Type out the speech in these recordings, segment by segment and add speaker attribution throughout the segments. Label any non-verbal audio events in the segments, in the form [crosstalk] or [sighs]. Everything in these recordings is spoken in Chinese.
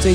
Speaker 1: 最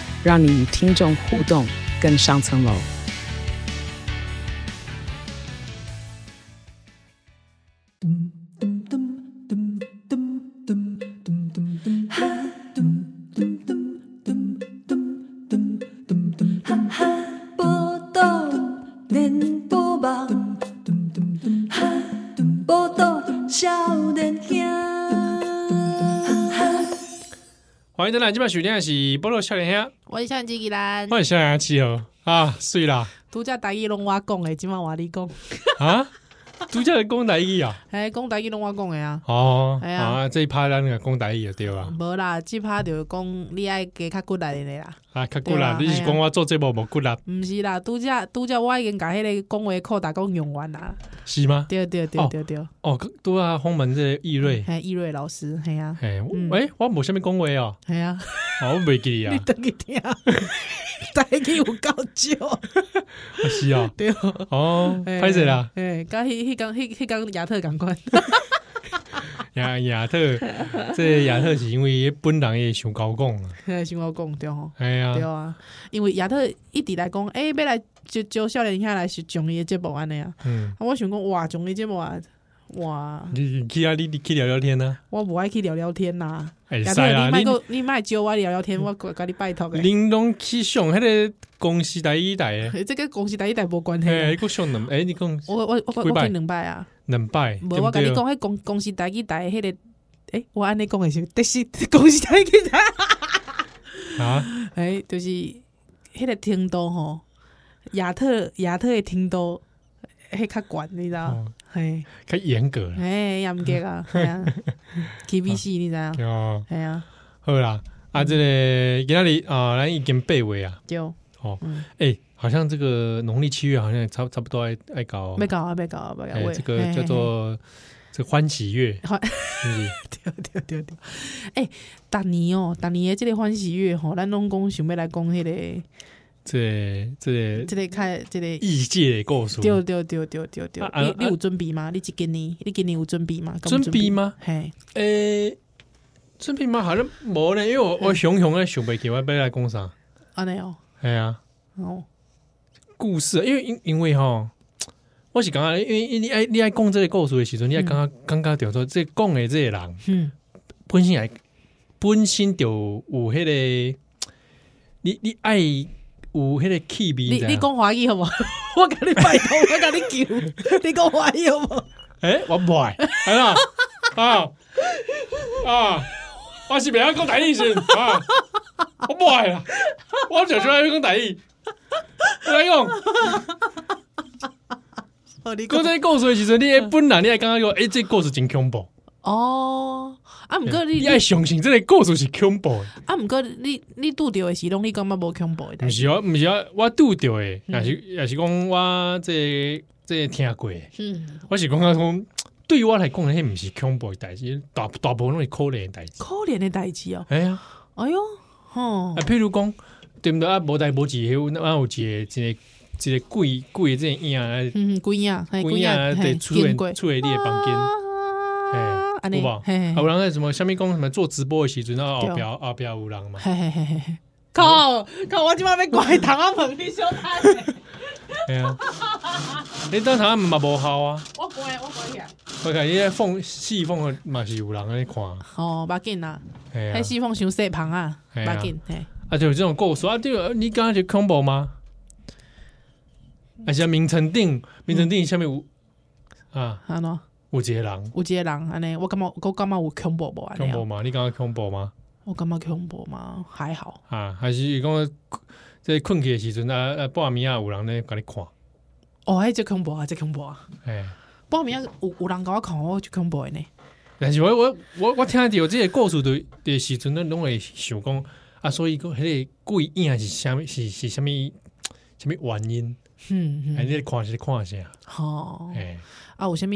Speaker 1: 让你与听众互动更上层楼。
Speaker 2: 报道连波网，报道少年兄。
Speaker 3: 欢迎登来，今晚许天是菠萝笑脸兄，
Speaker 4: 我是向吉吉兰，
Speaker 3: 欢迎笑脸七哦啊，碎啦
Speaker 4: 独家台语拢我讲的，今晚我你讲，
Speaker 3: 啊，独家的公台语啊，
Speaker 4: 哎，讲台语拢我讲的啊，
Speaker 3: 哦
Speaker 4: 哎呀
Speaker 3: 啊，这一趴咱个公台语就对啊，
Speaker 4: 无啦，即趴就讲你爱加较骨力的啦，
Speaker 3: 啊，较骨
Speaker 4: 对
Speaker 3: 啦
Speaker 4: 啊，
Speaker 3: 你是讲我做这无无骨力
Speaker 4: 毋是啦，拄则拄则我已经甲迄个讲话课大讲用完啦，
Speaker 3: 是吗？
Speaker 4: 对对对
Speaker 3: 哦
Speaker 4: 对对，
Speaker 3: 哦，拄啊，轰门这个易瑞，
Speaker 4: 还易瑞老师，系啊
Speaker 3: 哎，
Speaker 4: 嗯
Speaker 3: 喂，我无虾米讲话哦，
Speaker 4: 系啊，
Speaker 3: 哦，我袂记啊
Speaker 4: 你，等去听， [laughs] 台语有够少， [laughs]
Speaker 3: 啊是哦，
Speaker 4: 对，
Speaker 3: 哦，
Speaker 4: 哎
Speaker 3: 拍势啦，，
Speaker 4: 哎，甲迄迄工迄迄工亚特共款， [laughs]
Speaker 3: 亚亚特，这亚特是因为本人也想高讲啊，
Speaker 4: 哎想我讲对吼。
Speaker 3: 哎
Speaker 4: 对
Speaker 3: 呀，
Speaker 4: 啊，因为亚特一直来讲，诶、要来就招少年下来是综艺的节目安尼啊。
Speaker 3: 嗯，
Speaker 4: 啊我想讲，哇，综艺节目啊，哇，
Speaker 3: 你你去啊，你你去聊聊天啊，我
Speaker 4: 我无爱去聊聊天呐、
Speaker 3: 会
Speaker 4: 亚
Speaker 3: 使
Speaker 4: 特，
Speaker 3: 啦，
Speaker 4: 你
Speaker 3: 你
Speaker 4: 卖个你卖招我聊聊天，我甲你拜托诶。
Speaker 3: 玲珑去上迄个公司第一
Speaker 4: [laughs]
Speaker 3: 代诶，
Speaker 4: 诶这个公司第一代无关系啊。
Speaker 3: 诶，佫哎上两诶，你讲
Speaker 4: 我我我我
Speaker 3: 几摆
Speaker 4: 我去两摆啊，
Speaker 3: 两摆，
Speaker 4: 无
Speaker 3: 对
Speaker 4: 我
Speaker 3: 不
Speaker 4: 甲你
Speaker 3: 对？
Speaker 4: 讲，迄公公司第一代迄个，诶、我安尼讲诶是，但是 [laughs] 公司第一代，
Speaker 3: 啊，
Speaker 4: 诶、就是迄个程度吼，亚特亚特诶程度，迄较悬，你知道？
Speaker 3: 哦
Speaker 4: 嘿、
Speaker 3: 较严格啦，
Speaker 4: 哎，严格啊，系
Speaker 3: [laughs]
Speaker 4: 啊，KBC 你知影？
Speaker 3: 哦，
Speaker 4: 系啊，
Speaker 3: 好啦，
Speaker 4: 嗯
Speaker 3: 啊，这个今仔日啊，咱已经八月啊，
Speaker 4: 对，
Speaker 3: 哦
Speaker 4: 嗯，
Speaker 3: 诶，好像这个农历七月好像也差差不多爱爱搞哦
Speaker 4: 别，搞啊，别搞啊，别搞啊
Speaker 3: 诶，，
Speaker 4: 喂
Speaker 3: 哎这个叫，做这个欢喜月，
Speaker 4: 欢
Speaker 3: 是不是
Speaker 4: 嘿嘿嘿对对对对，哎，逐年哦，逐年诶，即个欢喜月吼，咱拢讲想要来讲迄个，
Speaker 3: 这个这
Speaker 4: [laughs]
Speaker 3: 个
Speaker 4: 即个较即个，
Speaker 3: 异界的故事，
Speaker 4: 对对对对对对
Speaker 3: 啊，啊
Speaker 4: 你
Speaker 3: 啊
Speaker 4: 你有准备吗？你即今年，你今年有准备吗？敢有
Speaker 3: 准备？吗？
Speaker 4: 嘿，
Speaker 3: 诶，准备吗？好像无呢，因为我
Speaker 4: 嗯
Speaker 3: 我熊熊咧想袂起我要来讲啥，
Speaker 4: 安尼哦，
Speaker 3: 哎呀。
Speaker 4: 哦，
Speaker 3: 故事，啊因为因因为吼，我是感觉，因为因为你爱你爱讲这个故事的时阵，你爱感觉感觉着说，这个讲的这个人
Speaker 4: 嗯，
Speaker 3: 本身也本身就有迄、个，你你爱有迄个气味。啊知
Speaker 4: 你
Speaker 3: 道吗
Speaker 4: 你，讲华语好 [laughs] 无？我甲你拜托，我甲你求，
Speaker 3: [laughs]
Speaker 4: 你讲华语好无？
Speaker 3: 诶、我唔爱，系啦，啊啊，我是袂晓讲台语先啊，我唔爱啦，我就想要讲台语，我来讲。
Speaker 4: 好，哦你
Speaker 3: 讲这个故事的时阵，你的本人你爱感觉讲，诶、这个故事真恐怖。
Speaker 4: 哦，啊，毋过你
Speaker 3: 你爱相信这个故事是恐怖的，
Speaker 4: 啊，毋过你你拄着诶时拢你感觉无恐怖诶代
Speaker 3: 毋
Speaker 4: 志。
Speaker 3: 是我毋是哦我我拄着诶，
Speaker 4: 嗯
Speaker 3: 也是也是讲我这这听过的，
Speaker 4: 嗯，
Speaker 3: 我是讲讲讲，对于我来讲，迄毋是恐怖诶代志，大大部分拢是可怜诶代志。
Speaker 4: 可怜诶代志哦。
Speaker 3: 哎呀，
Speaker 4: 哎哟，吼
Speaker 3: 啊，，譬如讲，对毋对啊？无代无志，有那有一个一个一个鬼鬼即个影啊，
Speaker 4: 嗯，鬼影，嘿，
Speaker 3: 鬼
Speaker 4: 鬼
Speaker 3: 影啊，
Speaker 4: 影，
Speaker 3: 对，
Speaker 4: 嘿，
Speaker 3: 出现
Speaker 4: 鬼，
Speaker 3: 出现你诶房间。
Speaker 4: 啊，安尼，
Speaker 3: 有无？
Speaker 4: 嘿
Speaker 3: 啊，有人在什么下面讲什么做直播的时阵，然后后
Speaker 4: 对
Speaker 3: 壁后壁有人嘛，
Speaker 4: 嘿嘿嘿嘿嘿，靠靠，我即摆要怪糖啊问你 [laughs] 小摊的，
Speaker 3: 哎呀， [laughs] 你当场嘛无效啊，
Speaker 4: 我关我关起来。
Speaker 3: 我看伊个缝细缝的嘛是有人安尼看，
Speaker 4: [laughs] 哦，别紧啦，
Speaker 3: 哎呀
Speaker 4: 迄，四凤伤细芳啊，
Speaker 3: 嘿
Speaker 4: 别
Speaker 3: 啊
Speaker 4: 紧，嘿，
Speaker 3: 啊就有这种故事啊，这个你刚刚就 combo 吗？啊，像名城顶，名城顶下面有啊，
Speaker 4: 安喏，
Speaker 3: 有一个人
Speaker 4: 有一个人安尼，我感觉我感觉有恐怖无安尼
Speaker 3: combo
Speaker 4: 啊，
Speaker 3: 吗？你刚刚 combo 吗？
Speaker 4: 我感觉恐怖嘛，还好，
Speaker 3: 啊，还是讲在困起的时阵啊啊，半暝啊有人咧甲你看，
Speaker 4: 哦，迄只恐怖啊，这恐怖啊，
Speaker 3: 哎，
Speaker 4: 半暝啊有有人甲我看，我就恐怖的呢。 [laughs]
Speaker 3: 但是我我我我听到这个故事的的时阵，咱拢会想讲啊，所以讲迄个贵影还是啥物是是啥物啥物原因？
Speaker 4: 嗯
Speaker 3: 哎，
Speaker 4: 嗯，
Speaker 3: 你咧看是咧看啥？
Speaker 4: 吼
Speaker 3: 哎，
Speaker 4: 啊，有啥物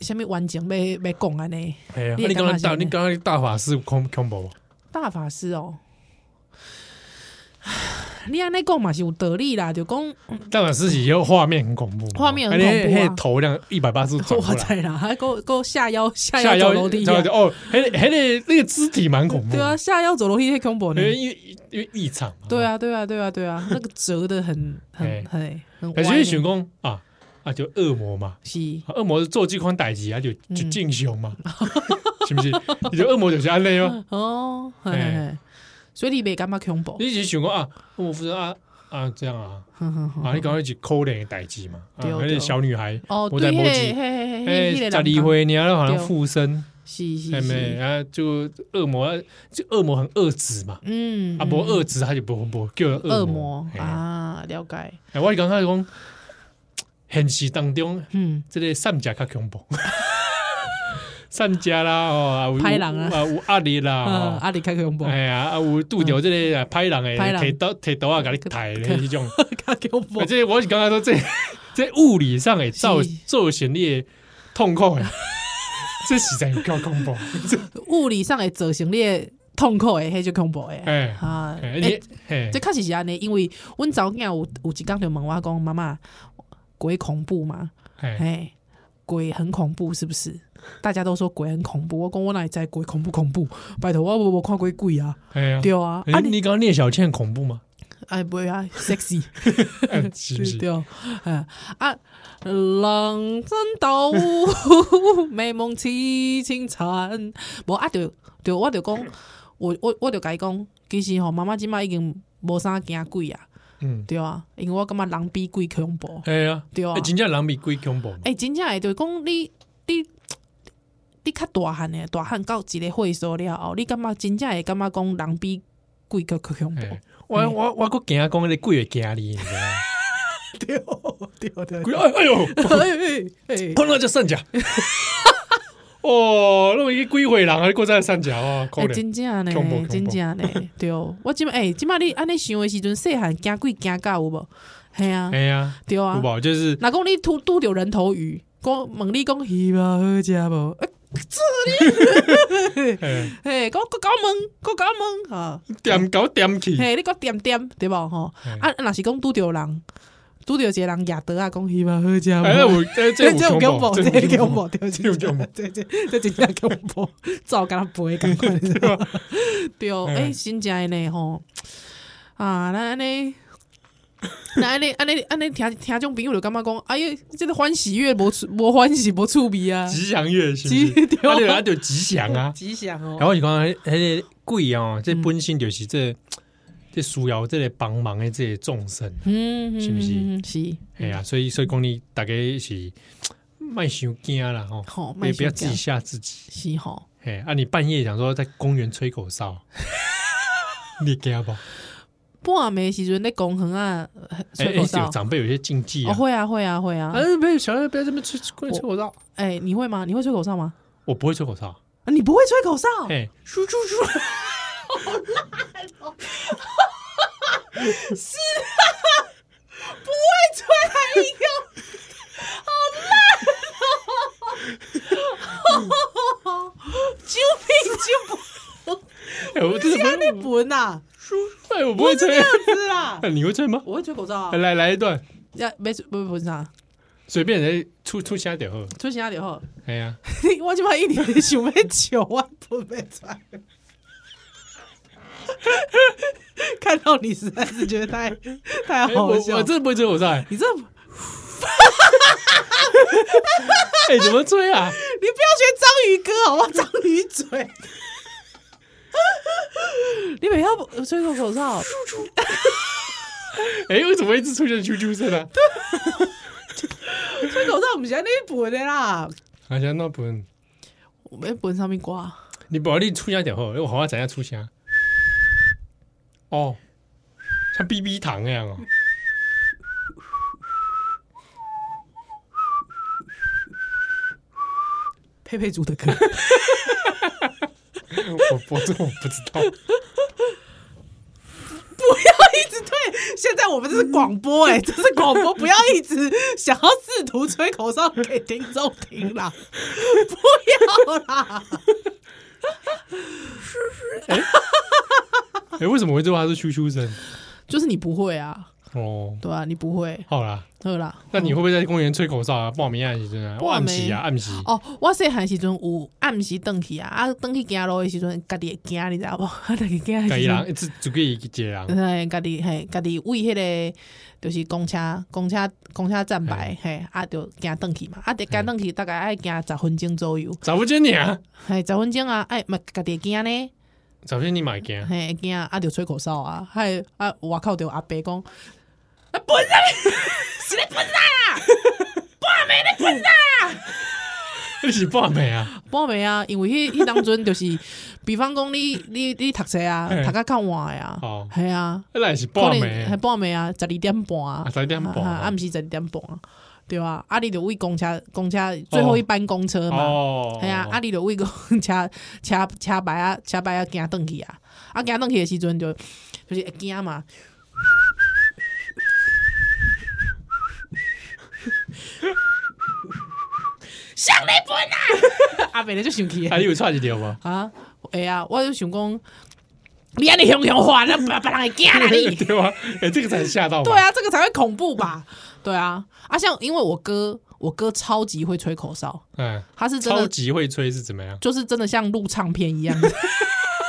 Speaker 4: 啥物完整要要讲安尼？
Speaker 3: 哎呀，啊
Speaker 4: 你
Speaker 3: 你
Speaker 4: 会
Speaker 3: 刚刚大
Speaker 4: 感觉是
Speaker 3: 你刚刚大法师恐恐怖无？
Speaker 4: 大法师哦， [sighs] 你安尼讲嘛是有道理啦，就讲
Speaker 3: 大法师是有画面很恐怖，
Speaker 4: 画面很
Speaker 3: 啊
Speaker 4: 恐怖啊
Speaker 3: 迄头这样一百八十度转过
Speaker 4: 我
Speaker 3: 来，
Speaker 4: 知啦，还够够下腰下
Speaker 3: 下腰
Speaker 4: 腰
Speaker 3: 嗯
Speaker 4: 走楼梯啊，
Speaker 3: 对哦，迄个迄个那个肢体蛮恐怖
Speaker 4: 对啊，
Speaker 3: 的，
Speaker 4: 下腰走楼梯太恐怖
Speaker 3: 因
Speaker 4: 呢。
Speaker 3: 为因为因为异常嘛。
Speaker 4: 对啊，对啊，对啊，对啊，那个折的很
Speaker 3: 嘿
Speaker 4: 很很很
Speaker 3: 但哎
Speaker 4: 歪
Speaker 3: 是
Speaker 4: 呢。
Speaker 3: 你想讲啊啊，就恶魔嘛，
Speaker 4: 是，
Speaker 3: 啊恶魔是做这款代志啊，就就
Speaker 4: 嗯
Speaker 3: 敬雄
Speaker 4: [laughs]
Speaker 3: 嘛，是不是？你就恶魔就是安尼哦。
Speaker 4: 哦，嘿嘿
Speaker 3: 嘿
Speaker 4: 嘿，所以你袂感觉恐怖？
Speaker 3: 哎你是想讲啊，恶魔附身啊啊这样啊
Speaker 4: 哼哼哼
Speaker 3: 啊，你讲一是可怜的代志嘛，啊，
Speaker 4: 对
Speaker 3: 那个
Speaker 4: 对
Speaker 3: 小女孩
Speaker 4: 哦，
Speaker 3: 我在
Speaker 4: 对，
Speaker 3: 摸
Speaker 4: 嘿
Speaker 3: 鸡
Speaker 4: 嘿嘿
Speaker 3: 哎
Speaker 4: 嘿，嘿，，
Speaker 3: 十二
Speaker 4: 回，
Speaker 3: 岁，你要好像
Speaker 4: 对哦
Speaker 3: 附身，
Speaker 4: 是
Speaker 3: 哎
Speaker 4: 是
Speaker 3: 没，
Speaker 4: 是，
Speaker 3: 然后就恶魔，就恶魔很恶质嘛，
Speaker 4: 嗯，
Speaker 3: 啊，无
Speaker 4: 嗯
Speaker 3: 恶质他就不不叫人
Speaker 4: 恶
Speaker 3: 恶哎
Speaker 4: 魔
Speaker 3: 嘿
Speaker 4: 啊，了解，
Speaker 3: 哎，我是感觉讲，现实当中，
Speaker 4: 嗯，
Speaker 3: 这个散家较恐
Speaker 4: [laughs]
Speaker 3: 怖，散家啦，哦，啊有
Speaker 4: 歹人啊
Speaker 3: 有有压力啦，
Speaker 4: [laughs] 啊，
Speaker 3: 哦
Speaker 4: 阿里开恐怖，
Speaker 3: 哎呀，啊，有拄着这个啊歹人诶，
Speaker 4: 歹人
Speaker 3: 摕刀摕刀啊，甲你抬
Speaker 4: [laughs]
Speaker 3: 的迄种，
Speaker 4: [laughs] 较恐怖
Speaker 3: 而，且我是感觉说这 [laughs] 这物理上诶造
Speaker 4: 是
Speaker 3: 造成你的痛苦
Speaker 4: [laughs]
Speaker 3: 诶，这实在有够恐怖，这
Speaker 4: 物理上会造成你的痛苦的，迄就恐怖的
Speaker 3: 哎
Speaker 4: 啊，
Speaker 3: 哎
Speaker 4: 欸
Speaker 3: 你哎
Speaker 4: 这确实是安尼，因为阮查某囝有有一工就问我讲，妈妈，鬼恐怖吗？
Speaker 3: 哎
Speaker 4: 哎，鬼很恐怖是不是？大家都说鬼很恐怖，我讲我哪里知鬼恐不恐怖？拜托，我我我看鬼鬼啊，
Speaker 3: 哎呀，
Speaker 4: 对啊，啊
Speaker 3: 哎
Speaker 4: 你
Speaker 3: 你刚刚聂小倩恐怖吗？
Speaker 4: 哎不会啊，sexy
Speaker 3: [laughs] 哎是不
Speaker 4: 对
Speaker 3: 是？
Speaker 4: 对，哎啊，人真到美梦起清晨，无啊就就我就讲，我我我就甲伊讲，其实吼妈妈即摆已经无啥惊鬼啊，
Speaker 3: 嗯，
Speaker 4: 对啊，因为我感觉人比鬼恐怖。
Speaker 3: 哎呀，
Speaker 4: 对啊哎
Speaker 3: 哎真正人比鬼恐怖嘛。
Speaker 4: 诶、真正诶，就是讲你你你较大汉诶，大汉到一个岁数了后，你感觉真正会感觉讲人比鬼较较恐怖。
Speaker 3: 哎我我我个惊讲迄个鬼会惊你，你知道吗？
Speaker 4: [laughs] 对哦对对，
Speaker 3: 鬼哎哎呦，
Speaker 4: 哎哎
Speaker 3: 碰到只散脚。
Speaker 4: [laughs]
Speaker 3: 哦，那么一个鬼会人啊，你过在散脚哦，可
Speaker 4: 哎，
Speaker 3: 能
Speaker 4: 真正
Speaker 3: 恐怖恐怖
Speaker 4: 呢，真
Speaker 3: [laughs]
Speaker 4: 正呢，对，我即摆诶，即摆你安尼想诶时阵，细汉惊鬼惊到有无？系啊，
Speaker 3: 哎呀，
Speaker 4: 对啊
Speaker 3: 有。无就是
Speaker 4: 若讲你拄拄着人头鱼，讲问你讲鱼肉好食无？ [laughs] 哎
Speaker 3: 哎
Speaker 4: 嘿，讲个搞问，个搞问啊！
Speaker 3: 点搞点去，
Speaker 4: 嘿，你讲点点对无吼？
Speaker 3: 嗯
Speaker 4: 啊，若是讲拄着人，拄着一个人举刀啊，讲希望好食
Speaker 3: 哎，那
Speaker 4: 无？
Speaker 3: 有 [laughs] 这这
Speaker 4: [laughs] 这
Speaker 3: 有
Speaker 4: 恐
Speaker 3: 恐
Speaker 4: 怖，
Speaker 3: 怖，
Speaker 4: 这
Speaker 3: 有
Speaker 4: 恐怖，对，
Speaker 3: 这有恐怖， [laughs]
Speaker 4: 这这这 [laughs] 真正恐怖，照甲他背共款，你知道吗 [laughs] 对，哎，真正的呢吼，啊，咱安尼。那安尼安尼安尼听听种朋友就感觉讲，哎呀，这个欢喜月无趣无欢喜无趣味啊，
Speaker 3: 吉祥月是不
Speaker 4: [laughs] 吉
Speaker 3: 是？
Speaker 4: 对
Speaker 3: 啊对啊，就吉祥啊。
Speaker 4: 吉祥
Speaker 3: 然
Speaker 4: 哦，嗯
Speaker 3: 后就讲迄个鬼哦，这本身就是这这需要这个帮忙的这个众生。
Speaker 4: 嗯，
Speaker 3: 是不是
Speaker 4: 嗯？嗯是，
Speaker 3: 哎呀，所以所以讲你大概是卖伤惊啦吼，
Speaker 4: 吼，
Speaker 3: 也
Speaker 4: 哦卖
Speaker 3: 不要
Speaker 4: 相
Speaker 3: 自己
Speaker 4: 惊
Speaker 3: 吓自己。
Speaker 4: 是吼，
Speaker 3: 哎，啊，你半夜想说在公园吹口哨，
Speaker 4: [laughs]
Speaker 3: 你惊不？
Speaker 4: 半暝时阵咧公园啊，吹口
Speaker 3: 哎
Speaker 4: 哨
Speaker 3: 有，长辈有些禁忌
Speaker 4: 哦，
Speaker 3: 啊，
Speaker 4: 会啊，会啊，会啊
Speaker 3: 啊。，不要小孩不要这边吹公园吹口哨，
Speaker 4: 哎，你会吗？你会吹口哨吗？
Speaker 3: 我不会吹口哨。
Speaker 4: 啊你不会吹口哨？
Speaker 3: 哎，
Speaker 4: 叔叔叔，
Speaker 3: 哦
Speaker 4: [laughs] 救命！
Speaker 3: 哎我真的不
Speaker 4: 救
Speaker 3: 会，
Speaker 4: 命！文呐，
Speaker 3: 哎，我不会吹。哎
Speaker 4: 是啦，
Speaker 3: 你会吹吗？哎
Speaker 4: 我会吹口哨啊
Speaker 3: [laughs] 来。来来一段，
Speaker 4: 呀，没吹，不不是啥，
Speaker 3: 随便来出出声就好。
Speaker 4: 吹其他就好。
Speaker 3: 哎呀，
Speaker 4: [laughs] 我即摆一年想要笑，我啊不被传。看到你实在是觉得太
Speaker 3: 哎
Speaker 4: 太
Speaker 3: 我
Speaker 4: 好
Speaker 3: 我
Speaker 4: 笑，
Speaker 3: 真的不会吹口哨。哎，
Speaker 4: 你这
Speaker 3: [laughs] 哎怎么吹啊？
Speaker 4: 你不要学章鱼哥好不好？章鱼嘴， [laughs] 你每要吹口口哨，
Speaker 3: 哎，为什么一直出现啾啾声啊呢？
Speaker 4: 吹口哨不是安尼本的啦，
Speaker 3: 好像那不能，
Speaker 4: 我们本上面挂。
Speaker 3: 你不要你出声就好，因为我好像怎样出声。啊哦，像 BB 糖那样 [laughs] 哦。
Speaker 4: 佩佩猪的歌，
Speaker 3: 我我这我不知道。
Speaker 4: 现在我们这是广播 [laughs] 哎、这是广播，不要一直想要试图吹口哨给听众听啦， [laughs] 不要啦。
Speaker 3: 哎、为什么会最后它是咻咻声？
Speaker 4: 就是你不会啊，
Speaker 3: 哦，
Speaker 4: 对啊，你不会，
Speaker 3: 好啦，
Speaker 4: 好啦。
Speaker 3: 那你会不会在公园吹口哨啊？报名暗时阵啊，
Speaker 4: 报
Speaker 3: 暗
Speaker 4: 名
Speaker 3: 时啊，暗时。
Speaker 4: 哦，我细汉时阵有暗时登去啊，啊登去行路的时阵，家己会惊，你知道无？啊， [laughs] 家己惊的
Speaker 3: 家己
Speaker 4: 时
Speaker 3: 人
Speaker 4: [laughs] 阵，
Speaker 3: 一直自己一个人，啊
Speaker 4: 嘿，家己嘿，家己为迄、个就是公车、公车、公车站牌，嘿，啊，就行登去嘛，啊，得行登去大概爱行十分钟左右，
Speaker 3: 找不见你啊，
Speaker 4: 嘿，十分钟啊，哎，嘛家己会惊呢。
Speaker 3: 找不见你买惊，
Speaker 4: 嘿，会惊啊，就吹口哨啊，还啊，外口就有阿伯讲，啊，笨啊，是咧笨啊，
Speaker 3: 你是报名啊？
Speaker 4: 半暝啊，因为迄迄当阵就是，比方讲你你你读册啊
Speaker 3: 嘿，
Speaker 4: 读较较晚的啊
Speaker 3: 哦，
Speaker 4: 系啊，
Speaker 3: 那也是
Speaker 4: 可
Speaker 3: 报
Speaker 4: 能
Speaker 3: 名
Speaker 4: 还半暝啊，十二点半啊
Speaker 3: 啊，十二点半
Speaker 4: 啊啊，毋是十二点半啊，对啊，啊，你就为公车公车最后一班公车嘛。
Speaker 3: 哦，
Speaker 4: 系啊，啊，你就为个 [laughs] 车车车牌啊，车牌啊，行转去啊，啊，行转去的时阵就就是会惊嘛。上你本啊！ [laughs] 阿伯咧就
Speaker 3: [laughs]
Speaker 4: 生气
Speaker 3: 啊，你有踹一条无？
Speaker 4: 啊，会啊，我就想讲，你安尼凶凶话，那别别人会惊啦你。
Speaker 3: [laughs] 对吧？哎，这个才吓到吧？
Speaker 4: 对啊，这个才会恐怖吧？对啊，啊，像因为我哥，我哥超级会吹口哨，
Speaker 3: 嗯，
Speaker 4: 他是真
Speaker 3: 超
Speaker 4: 的
Speaker 3: 级会吹是怎么样？
Speaker 4: 就是真的像录唱片一样，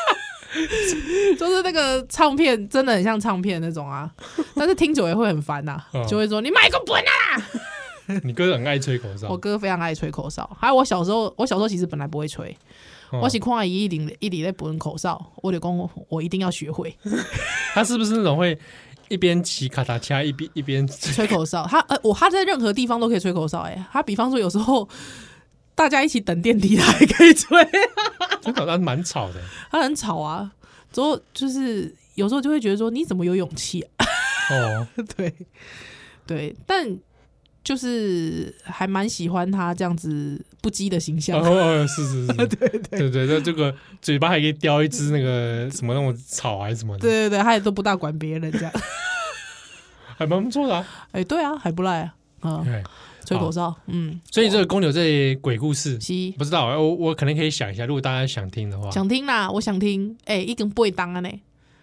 Speaker 4: [laughs] 就是那个唱片真的很像唱片那种啊，但是听久也会很烦呐、
Speaker 3: 嗯
Speaker 4: 就会说你买个本啊！
Speaker 3: 你哥很爱吹口哨
Speaker 4: 我，哥非常爱吹口哨，还有我小时候，我小时候其实本来不会吹，
Speaker 3: 哦
Speaker 4: 我是看伊一领一领在本口哨，我就讲我一定要学会 [laughs]
Speaker 3: 他是不是那种会一边骑卡达车一边一边
Speaker 4: 吹口哨。他呃，我他在任何地方都可以吹口哨、哎，他比方说有时候大家一起等电梯，他也可以吹。
Speaker 3: 真的，他蛮吵的。
Speaker 4: 他很吵啊，之后就是有时候就会觉得说你怎么有勇气、啊？
Speaker 3: 哦，
Speaker 4: 对对，但就是还蛮喜欢他这样子不羁的形象。
Speaker 3: 哦，是是是，对对对对，那这个嘴巴还可以叼一只那个什么那种草还是什么的，
Speaker 4: 对对对，他也都不大管别人这样。 [laughs]
Speaker 3: 还蛮不错的啊。
Speaker 4: 哎、对啊，还不赖啊，嗯，
Speaker 3: 对，
Speaker 4: 吹口哨，嗯，
Speaker 3: 所以这个公牛这鬼故事
Speaker 4: 是
Speaker 3: 不知道，我我可能可以想一下，如果大家想听的话，
Speaker 4: 想听啦，我想听。哎、一根不会当啊呢，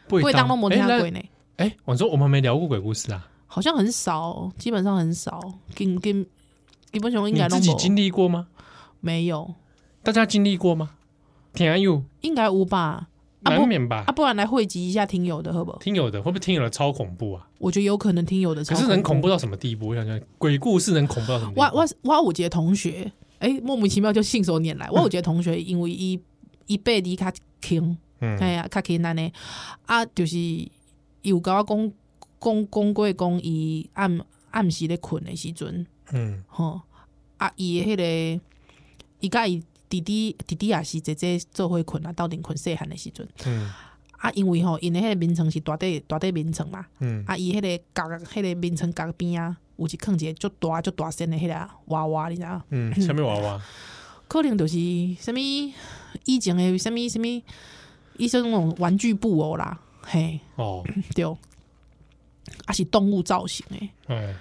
Speaker 3: 不
Speaker 4: 不会当都没听
Speaker 3: 哎那
Speaker 4: 过呢，
Speaker 3: 哎，我说我们没聊过鬼故事啊，
Speaker 4: 好像很少，基本上很少。跟跟基本上应
Speaker 3: 你
Speaker 4: 该都
Speaker 3: 自己经历过吗？
Speaker 4: 没有，
Speaker 3: 大家经历过吗？天佑，
Speaker 4: 应该无吧？啊
Speaker 3: 难
Speaker 4: 不
Speaker 3: 免吧
Speaker 4: 啊，。不然来汇集一下听友的，好不好？
Speaker 3: 听友的会不会听友的超恐怖啊？
Speaker 4: 我觉得有可能听友的，
Speaker 3: 可是能恐怖到什么地步？我想想，鬼故事能恐怖到什么地步？
Speaker 4: 我我我有一个同学，诶、莫名其妙就信手拈来。我有一个同学，因为伊伊背离较轻，
Speaker 3: 嗯
Speaker 4: 哎呀、较轻安尼啊，就是伊有甲我讲讲讲过讲伊暗暗时咧困的时阵，
Speaker 3: 嗯，
Speaker 4: 吼啊，伊的迄、个伊甲伊弟弟弟弟也是姐姐做伙困啊，斗阵困细汉的时阵
Speaker 3: 嗯
Speaker 4: 啊，因为吼因的迄个眠床是大块大块眠床嘛，
Speaker 3: 嗯
Speaker 4: 啊，伊迄个角，迄、个眠床角边啊，有一囥一个足大足大身的迄个娃娃，你知影？
Speaker 3: 嗯，下面娃娃，
Speaker 4: 可能就是什物以前的什物什物，伊说那种玩具布偶啦，嘿， [laughs] [coughs]
Speaker 3: 哦，
Speaker 4: 对，啊是动物造型诶，
Speaker 3: 哎，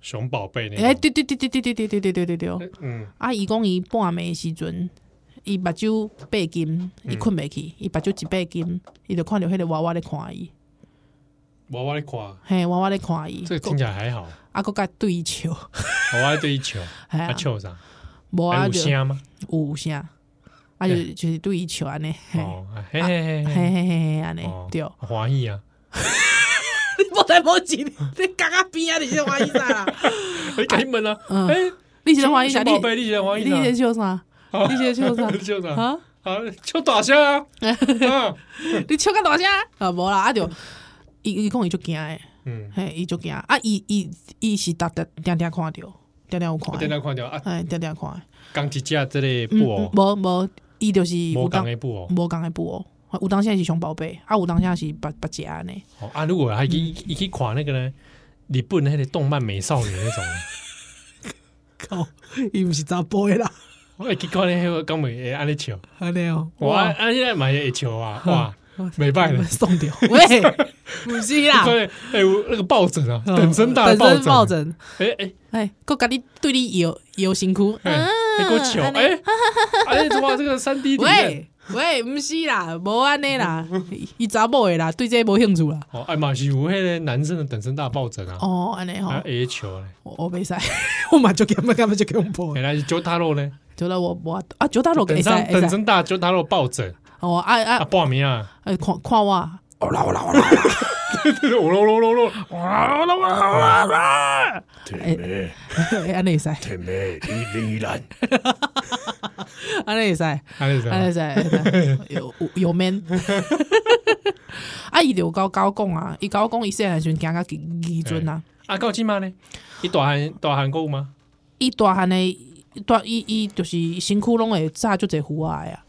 Speaker 3: 熊宝贝那
Speaker 4: 诶、
Speaker 3: 个，
Speaker 4: 对对对对对对对对对对对哎对，
Speaker 3: 嗯，
Speaker 4: 啊，伊讲伊半暝的时阵，伊目睭白金，
Speaker 3: 嗯
Speaker 4: 伊困袂去，伊目睭一白金，伊就看着迄个娃娃咧看伊，
Speaker 3: 娃娃在看，
Speaker 4: 嘿，娃娃咧看伊，
Speaker 3: 这个听起来还好，
Speaker 4: 啊，佮甲对伊笑，
Speaker 3: 娃娃对一球，
Speaker 4: 嘿
Speaker 3: 他
Speaker 4: 啊，
Speaker 3: 球上
Speaker 4: 无
Speaker 3: 还
Speaker 4: 啊
Speaker 3: 哎有
Speaker 4: 就。
Speaker 3: 声吗？
Speaker 4: 有啥，啊就就是对伊笑安尼，嘿
Speaker 3: 哦，嘿嘿
Speaker 4: 嘿
Speaker 3: 嘿嘿，
Speaker 4: 嘿嘿嘿安尼
Speaker 3: 哦，
Speaker 4: 对。
Speaker 3: 欢喜啊，
Speaker 4: 你 [laughs] 无代无钱，你刚刚边啊，你是欢喜啥啦？
Speaker 3: 你开门啊，
Speaker 4: 嗯
Speaker 3: 哎，
Speaker 4: [laughs] 你是欢喜啥？
Speaker 3: 熊
Speaker 4: 你
Speaker 3: 宝贝，你在欢喜
Speaker 4: 你在
Speaker 3: 啥？[laughs]
Speaker 4: 笑啥？你在笑啥？
Speaker 3: 笑啥？
Speaker 4: 啊？
Speaker 3: 啊，就大声
Speaker 4: [laughs]
Speaker 3: 啊！啊
Speaker 4: 你笑个大声？ [laughs] 啊，无啦，啊就伊伊讲伊就惊诶，
Speaker 3: 嗯，
Speaker 4: 嘿，伊就惊啊，伊伊伊是逐逐定定看着，定定有
Speaker 3: 我
Speaker 4: 看
Speaker 3: 顶
Speaker 4: 的，
Speaker 3: 下看到啊，
Speaker 4: 哎，定定看的，
Speaker 3: 钢铁架这类
Speaker 4: 嗯，
Speaker 3: 布
Speaker 4: 嗯
Speaker 3: 偶，
Speaker 4: 无无，伊就是有
Speaker 3: 无
Speaker 4: 当
Speaker 3: 钢的布偶。
Speaker 4: 无共诶布偶，有当现在是熊宝贝，啊，有当现在是白白只安尼。
Speaker 3: 哦啊，如果还去
Speaker 4: 嗯
Speaker 3: 一去看那个呢，日本那个动漫美少女那种，
Speaker 4: [laughs] 靠，伊毋是查甫诶啦，
Speaker 3: 我会去看那个，敢会会安尼笑，
Speaker 4: 安尼哦，
Speaker 3: 哇，安尼来嘛会笑啊，哇，没败了
Speaker 4: [laughs]
Speaker 3: [laughs]
Speaker 4: 送掉。喂，不是啦，
Speaker 3: 对，哎，有那个抱枕啊，
Speaker 4: 哦
Speaker 3: 等身大的
Speaker 4: 本身
Speaker 3: 抱
Speaker 4: 抱
Speaker 3: 枕，
Speaker 4: 枕，
Speaker 3: 哎哎，
Speaker 4: 哎，够甲你对你摇摇身躯，
Speaker 3: 哎哎，给我求，
Speaker 4: 嗯安尼
Speaker 3: 哎， [laughs] 哎，怎么这个三 D 体验？
Speaker 4: [laughs] 喂喂，毋是啦，无安尼啦， [laughs] 伊查某诶啦，对这无兴趣啦。
Speaker 3: 哦，哎，马西有迄个男生的等身大抱枕啊，
Speaker 4: 哦，安尼吼
Speaker 3: 还，有 A 球嘞，
Speaker 4: 我我袂使， [laughs] 我嘛就给他们，他们就给我播
Speaker 3: 原。来是九塔肉呢，
Speaker 4: 就来我我啊，九大陆
Speaker 3: 等
Speaker 4: 会使
Speaker 3: 上等
Speaker 4: 会使。
Speaker 3: 身大九塔肉抱枕
Speaker 4: 哦，啊
Speaker 3: 啊，
Speaker 4: 啊，
Speaker 3: 报名啊， [laughs]
Speaker 4: 哎，看看我， [laughs]
Speaker 3: 我喽喽喽喽，哇啦哇啦哇啦，
Speaker 5: 天美，
Speaker 4: 哎 [laughs] 安尼会使，
Speaker 5: 天美，你依然
Speaker 4: [laughs] 安尼会使，
Speaker 3: 还是
Speaker 4: 安尼会
Speaker 3: 啥？
Speaker 4: 使会使， [laughs] 有有有 man。啊，伊就甲我甲我讲啊，伊甲我讲伊细汉时阵行到几阵啊。
Speaker 3: 啊，到即嘛呢？你大汉大汉购吗？
Speaker 4: 伊大汉诶，大伊伊就是身躯拢会炸就侪胡啊呀，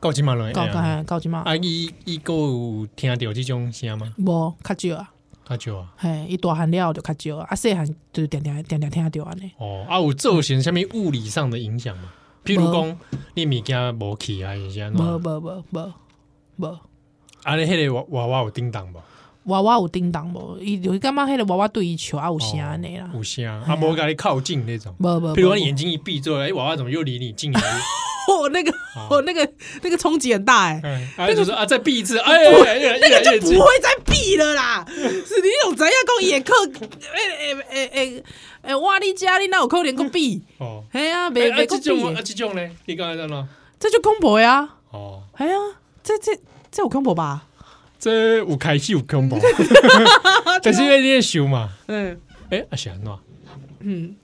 Speaker 3: 到即嘛了，
Speaker 4: 到
Speaker 3: 哎呀
Speaker 4: 到到即嘛，
Speaker 3: 啊，伊伊还有听到即种声吗？
Speaker 4: 无较少啊，
Speaker 3: 较少啊。
Speaker 4: 嘿，伊大汉了就较少啊，啊细汉就定定定定听着安尼，
Speaker 3: 哦，啊，有造成什么物理上的影响吗？譬如讲，你物件无去啊，是安怎
Speaker 4: 无
Speaker 3: 样？
Speaker 4: 无无无无。
Speaker 3: 啊，你迄个娃娃娃有叮当无？
Speaker 4: 娃娃有叮当无？伊就是感觉迄个娃娃对伊笑啊有声安尼啦，哎
Speaker 3: 有声啊，无甲你靠近那种。
Speaker 4: 无无。
Speaker 3: 譬如
Speaker 4: 无
Speaker 3: 讲，你眼，睛一闭之后，哎，娃娃怎么又离你近了？
Speaker 4: 哦那个哦那个那个冲击很大哎，
Speaker 3: 哎，啊，就说啊，再闭一次，哎哎，哎越来越
Speaker 4: 那
Speaker 3: 来
Speaker 4: 个
Speaker 3: 越
Speaker 4: 就
Speaker 3: 近
Speaker 4: 不。会再避了啦。是你种知影讲伊会克，诶诶诶诶诶，哇你家你哪有可能个避？
Speaker 3: 哦，
Speaker 4: 哎呀，
Speaker 3: 哎
Speaker 4: 袂
Speaker 3: 啊，
Speaker 4: 袂
Speaker 3: 这
Speaker 4: 个
Speaker 3: 种啊，
Speaker 4: 避，
Speaker 3: 这种呢？你刚才讲了
Speaker 4: 这就恐怖的啊！
Speaker 3: 哦，
Speaker 4: 哎呀，这这这有恐怖吧？
Speaker 3: 这有开始有恐 [laughs] 怖，但是因为你在想嘛，
Speaker 4: 嗯
Speaker 3: 哎，啊是安怎样？哎
Speaker 4: 嗯，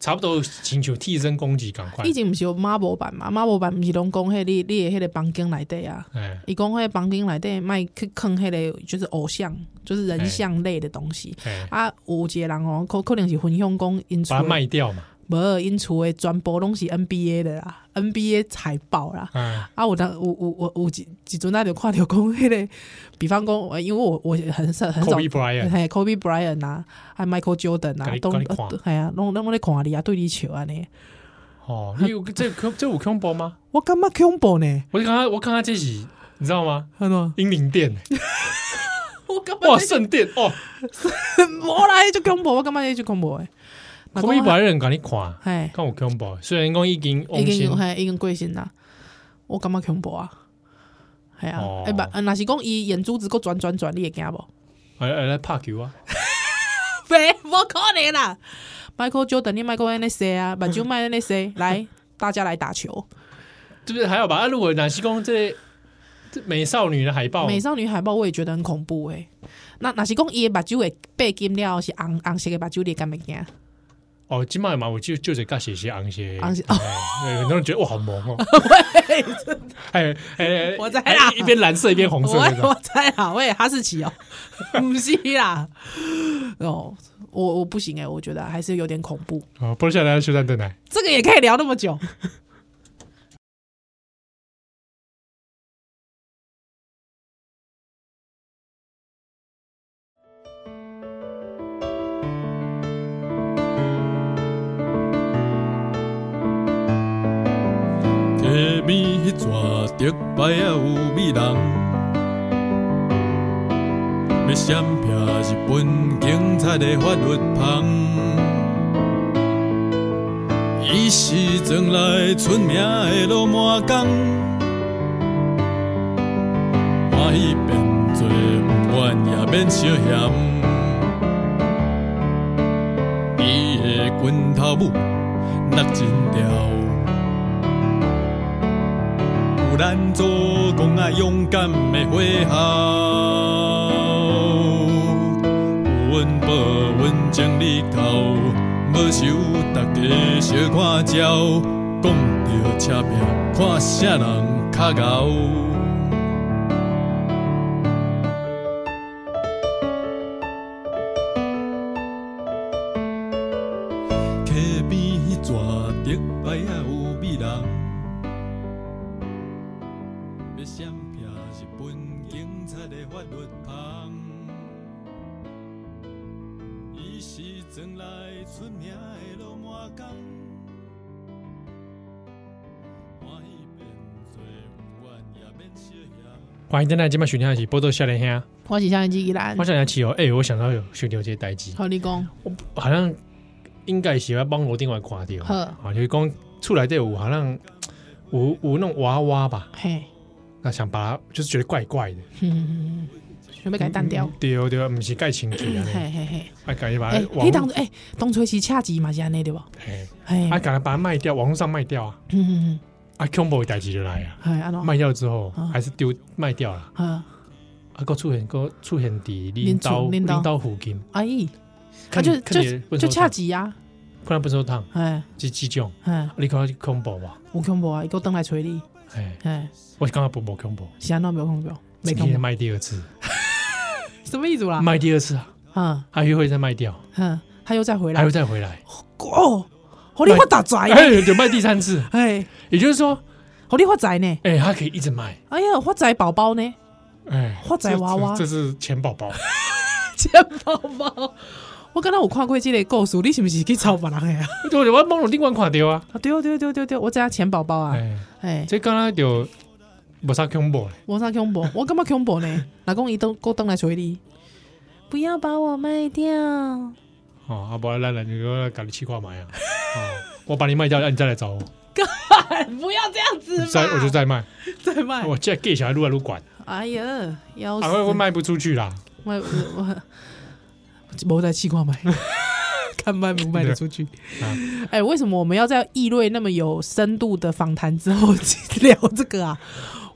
Speaker 3: 差不多请求替身攻击，赶快
Speaker 4: 以。前毋是有 Marvel 版嘛？Marvel 版毋是拢讲迄你你的迄个房间内底啊？
Speaker 3: 哎
Speaker 4: 伊讲迄个房间内底卖去坑迄个就是偶像，就是人像类的东西。 [laughs]
Speaker 3: 哎，
Speaker 4: 啊，有一个人哦，可可能是分享讲因厝
Speaker 3: 把它
Speaker 4: 的，
Speaker 3: 卖掉嘛。
Speaker 4: 无因厝的全部拢是 NBA 的啦，NBA 财报啦。
Speaker 3: 哎。
Speaker 4: 啊，我当有有我有一一阵仔就看着讲迄个，比方讲，呃因为我我很少很少
Speaker 3: Kobe Bryant
Speaker 4: 嘿，Kobe Bryant 啊，还 Michael Jordan
Speaker 3: 跟
Speaker 4: 啊
Speaker 3: 你，
Speaker 4: 都
Speaker 3: 跟你看
Speaker 4: 系啊，拢拢咧看你啊，对你笑安尼， [laughs]
Speaker 3: 哦，你有这有这有恐怖吗？
Speaker 4: 我感觉恐怖呢，
Speaker 3: 我刚刚我刚刚这是你知道吗？
Speaker 4: 安怎？
Speaker 3: 英灵殿
Speaker 4: 我感
Speaker 3: [laughs]
Speaker 4: 觉
Speaker 3: 哇，圣殿哦，
Speaker 4: [laughs] 无啦，迄就恐怖，我感觉迄就恐怖诶。若
Speaker 3: 可以
Speaker 4: 讲
Speaker 3: 把人给你看，
Speaker 4: 嘿，
Speaker 3: 看有恐怖。虽然讲已经
Speaker 4: 已
Speaker 3: 往
Speaker 4: 经
Speaker 3: 先
Speaker 4: 有嘿，已经过身啦，我感觉恐怖啊，系啊
Speaker 3: 哦，
Speaker 4: 哎、吧，若是讲伊眼珠子够转转转，你会惊无？ [laughs]
Speaker 3: 来来来拍球啊，
Speaker 4: 袂，无可能啦！Michael Jordan，你 Michael 安尼说啊，目睭莫安尼说，来，大家来打球。
Speaker 3: 对不对？还有吧，啊如果南西公这这美少女的海报，
Speaker 4: 美少女海报我也觉得很恐怖诶、欸那若是讲伊的目睭会被金了，是红红色的目睭，你会敢袂惊？
Speaker 3: 哦，今麦嘛，我就就这尬写些昂些，
Speaker 4: 红色哦
Speaker 3: 哎对很多人觉得哇好萌哦，
Speaker 4: [laughs]
Speaker 3: 哎哎，哎
Speaker 4: 我在啦
Speaker 3: 哎一边蓝色一边红色
Speaker 4: 我 [laughs]
Speaker 3: 那
Speaker 4: 我
Speaker 3: 种，
Speaker 4: 猜啦，喂，哈士奇哦、不是啦，哦，我我不行诶、我觉得还是有点恐怖。
Speaker 3: 哦，播下来修战盾来。
Speaker 4: 这个也可以聊那么久。
Speaker 6: 溪边迄逝竹排啊有美人，要闪避日本警察的法律旁。伊是庄内出名的老满工，欢喜变做，不管也免小嫌。伊的拳头舞落真条。有咱做讲啊勇敢的花校，有阮报阮情理到，无愁大家小看招，讲着车票看啥人较贤。溪边迄逝竹排啊有美人。要闪避日本警察的法律旁。伊是庄内出名的老满工，欢喜变做，不愿也免小嫌。
Speaker 3: 欢迎在那今晚收听的是波多少年兄，啊
Speaker 4: 我是相机依兰
Speaker 3: 我，少年气哦，哎、我想到有想到这个代志，
Speaker 4: 和你讲，
Speaker 3: 我好像应该是要帮楼顶外看到，
Speaker 4: 好
Speaker 3: 啊，就是讲厝内底有好像有有那种娃娃吧， [laughs]
Speaker 4: 嘿，
Speaker 3: 那想把它就是觉得怪怪的，
Speaker 4: 嗯，想要改单调嗯
Speaker 3: 嗯，，对对，不是盖清楚
Speaker 4: 嘿
Speaker 3: 啊，
Speaker 4: 嘿嘿，
Speaker 3: 啊，赶紧把
Speaker 4: 哎
Speaker 3: 它，网
Speaker 4: 你当
Speaker 3: 络，
Speaker 4: 哎，当初是恰吉嘛是安尼对不？
Speaker 3: 嘿
Speaker 4: 嘿，
Speaker 3: 啊，赶紧把它卖掉，网络上卖掉啊，
Speaker 4: 嗯，
Speaker 3: 啊，combo 代志就来啊，
Speaker 4: [laughs] 嘿，安怎？
Speaker 3: 卖掉之后
Speaker 4: 啊
Speaker 3: 还是丢卖掉了，
Speaker 4: 嗯，
Speaker 3: 啊，个出现个出现伫领
Speaker 4: 恁
Speaker 3: 导
Speaker 4: 厝恁
Speaker 3: 领
Speaker 4: 家
Speaker 3: 导附近，
Speaker 4: 哎，啊
Speaker 3: 看
Speaker 4: 就
Speaker 3: 看你的
Speaker 4: 就
Speaker 3: 粪
Speaker 4: 就
Speaker 3: 扫
Speaker 4: 恰
Speaker 3: 桶
Speaker 4: 吉啊，
Speaker 3: 看咱粪扫桶
Speaker 4: 哎
Speaker 3: 即即种，
Speaker 4: 哎，
Speaker 3: 你看是恐怖吧？
Speaker 4: 有恐怖啊，伊个登来找你，
Speaker 3: 哎，
Speaker 4: 哎，
Speaker 3: 我是感觉不无恐怖，
Speaker 4: 是安怎没有恐怖？没
Speaker 3: 今
Speaker 4: 恐
Speaker 3: 天
Speaker 4: 怖，
Speaker 3: 卖第二次，
Speaker 4: 什么意思啦？
Speaker 3: 卖第二次啊，
Speaker 4: 嗯
Speaker 3: 还会再卖掉，
Speaker 4: 嗯，他又再回
Speaker 3: 还
Speaker 4: 来
Speaker 3: 会，再回来，
Speaker 4: 哦，好你发大财，
Speaker 3: 哎，就卖第三次，
Speaker 4: 哎，
Speaker 3: 也就是说，
Speaker 4: 好你发财呢，
Speaker 3: 哎，他可以一直卖，
Speaker 4: 哎呀，发财宝宝呢，
Speaker 3: 哎，
Speaker 4: 发财娃娃
Speaker 3: 这这这是钱宝 [laughs] 宝，
Speaker 4: 钱包包。我刚刚有看过这个故事，你是不是去抄别人的啊？ [laughs]
Speaker 3: 我就我网络顶管看到啊，
Speaker 4: 啊对哦对哦对哦对哦对哦，我知影钱包包啊，
Speaker 3: 哎，
Speaker 4: 哎，
Speaker 3: 这刚刚就无啥恐怖，
Speaker 4: 我啥恐怖？我感觉恐怖呢。老公一登过登来找你，不要把我卖掉。
Speaker 3: 哦，啊，不然咱咱就个搞你气化买啊， [laughs] 哦，我把你卖掉，那你再来找我，
Speaker 4: 哎不要这样子
Speaker 3: 再我就再卖，哦
Speaker 4: 再卖。
Speaker 3: 我现在 gay 小孩撸来撸管，
Speaker 4: 哎呀，要死！
Speaker 3: 还会会卖不出去啦，
Speaker 4: 我我我我在气矿买，看卖不卖得出去
Speaker 3: 啊。
Speaker 4: 哎，为什么我们要在议论那么有深度的访谈之后去聊这个啊？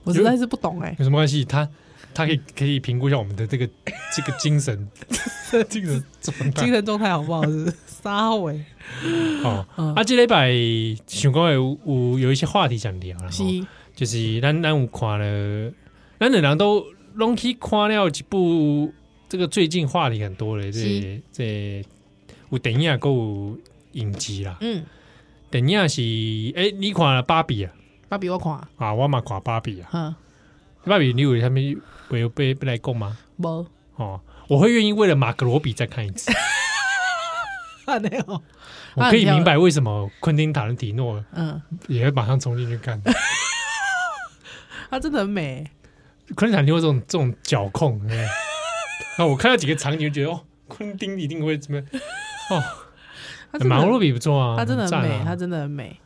Speaker 4: 我实在是不懂哎，
Speaker 3: 有什么关系？他他可以可以评估一下我们的这个 [laughs] 这个精
Speaker 4: [laughs]
Speaker 3: 神精神状态
Speaker 4: 精神状态好不好？是不是撒尾
Speaker 3: 哦
Speaker 4: 嗯。
Speaker 3: 啊，这礼拜想讲的有有有一些话题想聊啦，
Speaker 4: 是
Speaker 3: 吼就是咱咱有看了，咱两人都拢去看了一部这个最近话题很多的这
Speaker 4: 是
Speaker 3: 这有电影啊还有影集啦。
Speaker 4: 嗯，
Speaker 3: 电影是诶、你看了芭比啊？
Speaker 4: 芭比我看，
Speaker 3: 啊，我嘛看芭比啊。
Speaker 4: 嗯，
Speaker 3: 芭比，你有啥物会有被被来讲吗？
Speaker 4: 无，
Speaker 3: 哦，我会愿意为了马格罗比再看一
Speaker 4: [laughs]
Speaker 3: 次。
Speaker 4: 没有，
Speaker 3: 我
Speaker 4: 啊
Speaker 3: 可以明白为什么昆汀塔伦提诺
Speaker 4: 嗯，
Speaker 3: 也会马上冲进去看。 [laughs]
Speaker 4: 她真的很美。
Speaker 3: 昆汀塔伦提诺这种这种脚控，对不
Speaker 4: [laughs]
Speaker 3: 对啊，我看到几个场景就觉得哦，昆汀一定会怎么样？
Speaker 4: 她真的
Speaker 3: 马格罗比不错啊，
Speaker 4: 她真的很
Speaker 3: 赞
Speaker 4: 美，
Speaker 3: 啊
Speaker 4: 她真的很美。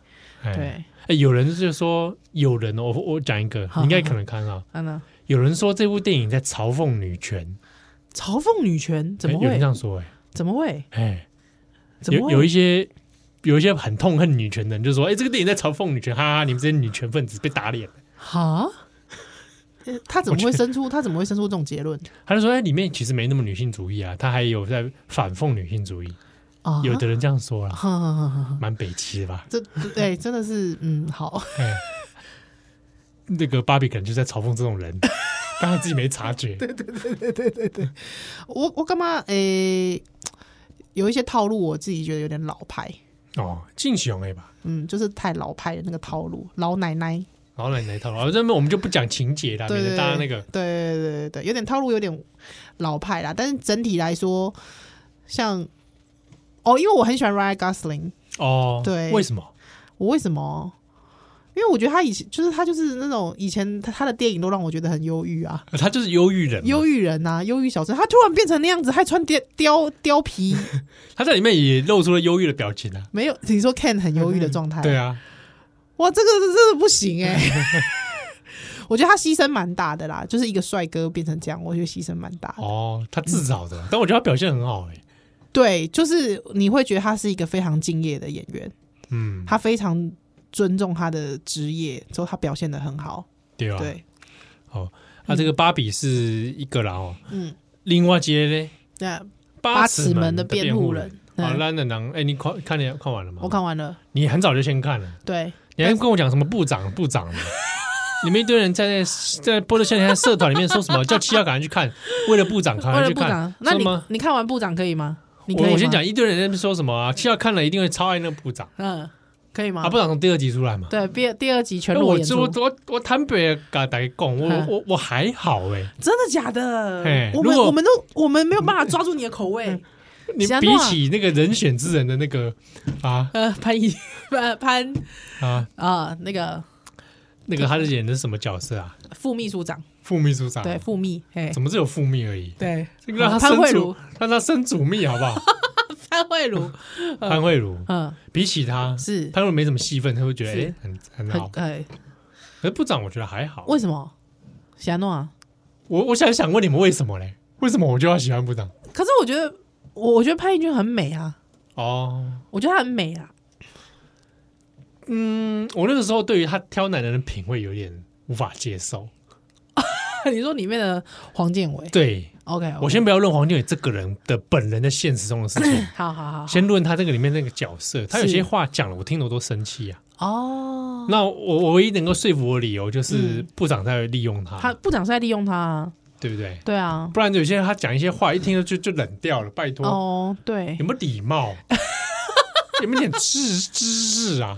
Speaker 3: 哎
Speaker 4: 对，
Speaker 3: 哎有人就说有人哦，我我讲一个，
Speaker 4: 好
Speaker 3: 你应该可能看到，
Speaker 4: 安娜
Speaker 3: 有人说这部电影在嘲讽女权，
Speaker 4: 嘲讽女权怎么
Speaker 3: 哎有人
Speaker 4: 会
Speaker 3: 这？样说？哎
Speaker 4: 怎么会？
Speaker 3: 哎。
Speaker 4: 怎么
Speaker 3: 有
Speaker 4: 会？
Speaker 3: 有一些有一些很痛恨女权的人就说：“哎、这个电影在嘲讽女权，哈哈，你们这些女权分子被打脸。
Speaker 4: 哈，呃他怎么会生出他怎么会生出这种结论”
Speaker 3: 他就说：“哎、里面其实没那么女性主义啊，他还有在反讽女性主义。
Speaker 4: 啊？
Speaker 3: 有的人这样说啦，
Speaker 4: 哈，哈哈哈哈
Speaker 3: 蛮北齐的吧？
Speaker 4: 这对
Speaker 3: [laughs]
Speaker 4: 真的是嗯好， [laughs]
Speaker 3: 哎、那个芭比可能就在嘲讽这种人，但他自己没察觉。
Speaker 4: 我我干嘛诶？有一些套路，我自己觉得有点老派，
Speaker 3: 哦，敬雄哎吧，
Speaker 4: 嗯，就是太老派的那个套路，老奶奶，
Speaker 3: 然后来来套路，这边我们就不讲情节啦，
Speaker 4: 对
Speaker 3: 啊免
Speaker 4: 对
Speaker 3: 得
Speaker 4: 对
Speaker 3: 大家那个
Speaker 4: 对对对对对，有点套路，有点老派啦。但是整体来说，像哦，因为我很喜欢 Ryan Gosling，
Speaker 3: 哦，
Speaker 4: 对
Speaker 3: 为什么？
Speaker 4: 我为什么？因为我觉得他以前就是他就是那种以前他他的电影都让我觉得很忧郁啊，
Speaker 3: 他就是忧郁人嘛，
Speaker 4: 忧郁人呐、忧郁小生，他突然变成那样子，还穿貂貂貂皮，
Speaker 3: 他在里面也露出了忧郁的表情啊。
Speaker 4: 没有你说 Ken 很忧郁的状态，
Speaker 3: [laughs] 对，啊，
Speaker 4: 哇，这个真的不
Speaker 3: [laughs]
Speaker 4: 行哎、我觉得他牺牲蛮大的啦，就是一个帅哥变成这样，我觉得牺牲蛮大的。
Speaker 3: 哦，他自找的，但我觉得他表现很好哎、
Speaker 4: 对，就是你会觉得他是一个非常敬业的演员，
Speaker 3: 嗯，
Speaker 4: 他非常尊重他的职业，之后他表现的很好。
Speaker 3: 对啊，
Speaker 4: 对，
Speaker 3: 哦，啊，这个芭比是一个啦哦，
Speaker 4: 嗯，
Speaker 3: 另外一个呢，
Speaker 4: 那
Speaker 3: 八
Speaker 4: 尺门的辩护
Speaker 3: 护
Speaker 4: 人
Speaker 3: 啊，
Speaker 4: 啊嗯
Speaker 3: 烂的狼，哎，你看看你看完了吗？
Speaker 4: 我看，完了，
Speaker 3: 你很早就先看了，
Speaker 4: 对，
Speaker 3: 你还跟我讲什么部长部长
Speaker 4: [laughs]
Speaker 3: 的，你们一堆人在在在波多少年社团里面说什么叫七号赶快去看，为了部长赶
Speaker 4: 为
Speaker 3: 快
Speaker 4: 了
Speaker 3: 去
Speaker 4: 部
Speaker 3: 看
Speaker 4: 长，，那
Speaker 3: 是
Speaker 4: 你
Speaker 3: 吗？
Speaker 4: 你看完部长可以吗？你可以
Speaker 3: 我我先
Speaker 4: 吗
Speaker 3: 讲，，一堆人在那边说什么啊？七号看了一定会超爱那个部长
Speaker 4: 嗯，可以吗？
Speaker 3: 啊！部长从第二集出来嘛？
Speaker 4: 对，第二第二集全
Speaker 3: 哎
Speaker 4: 裸
Speaker 3: 我
Speaker 4: 演
Speaker 3: 这
Speaker 4: 出
Speaker 3: 我，我我坦白跟大家讲，我
Speaker 4: 嗯
Speaker 3: 我我还好哎，
Speaker 4: 真的假的
Speaker 3: 嘿？
Speaker 4: 我
Speaker 3: 如
Speaker 4: 们
Speaker 3: 果嗯
Speaker 4: 我们都我们没有办法抓住你的口味。
Speaker 3: 你
Speaker 4: 是啊安怎
Speaker 3: 比起那个人选之人的那个啊
Speaker 4: [laughs] 呃，潘一潘潘
Speaker 3: 啊，
Speaker 4: 啊，那个
Speaker 3: 那个他是演的是什么角色啊？
Speaker 4: 副秘书长
Speaker 3: 副秘书长，啊
Speaker 4: 对，复秘，嘿，
Speaker 3: 怎么只有副秘而已？
Speaker 4: 对，哦
Speaker 3: 让他
Speaker 4: 潘
Speaker 3: 升
Speaker 4: 慧
Speaker 3: 主
Speaker 4: 茹，，
Speaker 3: 让他升主秘好不好？
Speaker 4: 潘
Speaker 3: [laughs]
Speaker 4: 慧茹，
Speaker 3: 潘慧茹，
Speaker 4: 嗯，
Speaker 3: 比起他，
Speaker 4: 是
Speaker 3: 潘慧茹没什么戏份，他会觉得
Speaker 4: 是
Speaker 3: 哎很很
Speaker 4: 很
Speaker 3: 好。
Speaker 4: 哎，
Speaker 3: 可是部长我觉得还好。
Speaker 4: 为什么？霞诺啊？
Speaker 3: 我我想想问你们为什么嘞？为什么我就要喜欢部长？
Speaker 4: 可是我觉得，我我觉得潘英俊很美啊，
Speaker 3: 哦，
Speaker 4: 我觉得她很美啊， [laughs]
Speaker 3: 嗯，我那个时候对于他挑男人的品味有点无法接受。
Speaker 4: 你说里面的黄建伟
Speaker 3: 对
Speaker 4: ，OK，
Speaker 3: 我先不要论黄建伟这个人的本人的现实中的事
Speaker 4: [clears throat]
Speaker 3: 情，
Speaker 4: 好好好，
Speaker 3: 先论他这个里面那个角色，他有
Speaker 4: 是
Speaker 3: 些话讲了，我听了我都生气啊。
Speaker 4: 哦，
Speaker 3: 那我我唯一能够说服我的理由就是
Speaker 4: 嗯
Speaker 3: 部长在利用他，
Speaker 4: 他部长是在利用他啊，
Speaker 3: 对不对？
Speaker 4: 对啊，
Speaker 3: 不然有些人他讲一些话，一听就就冷掉了。拜托，
Speaker 4: 哦，对
Speaker 3: 有，没有礼貌？有没有点知知识啊？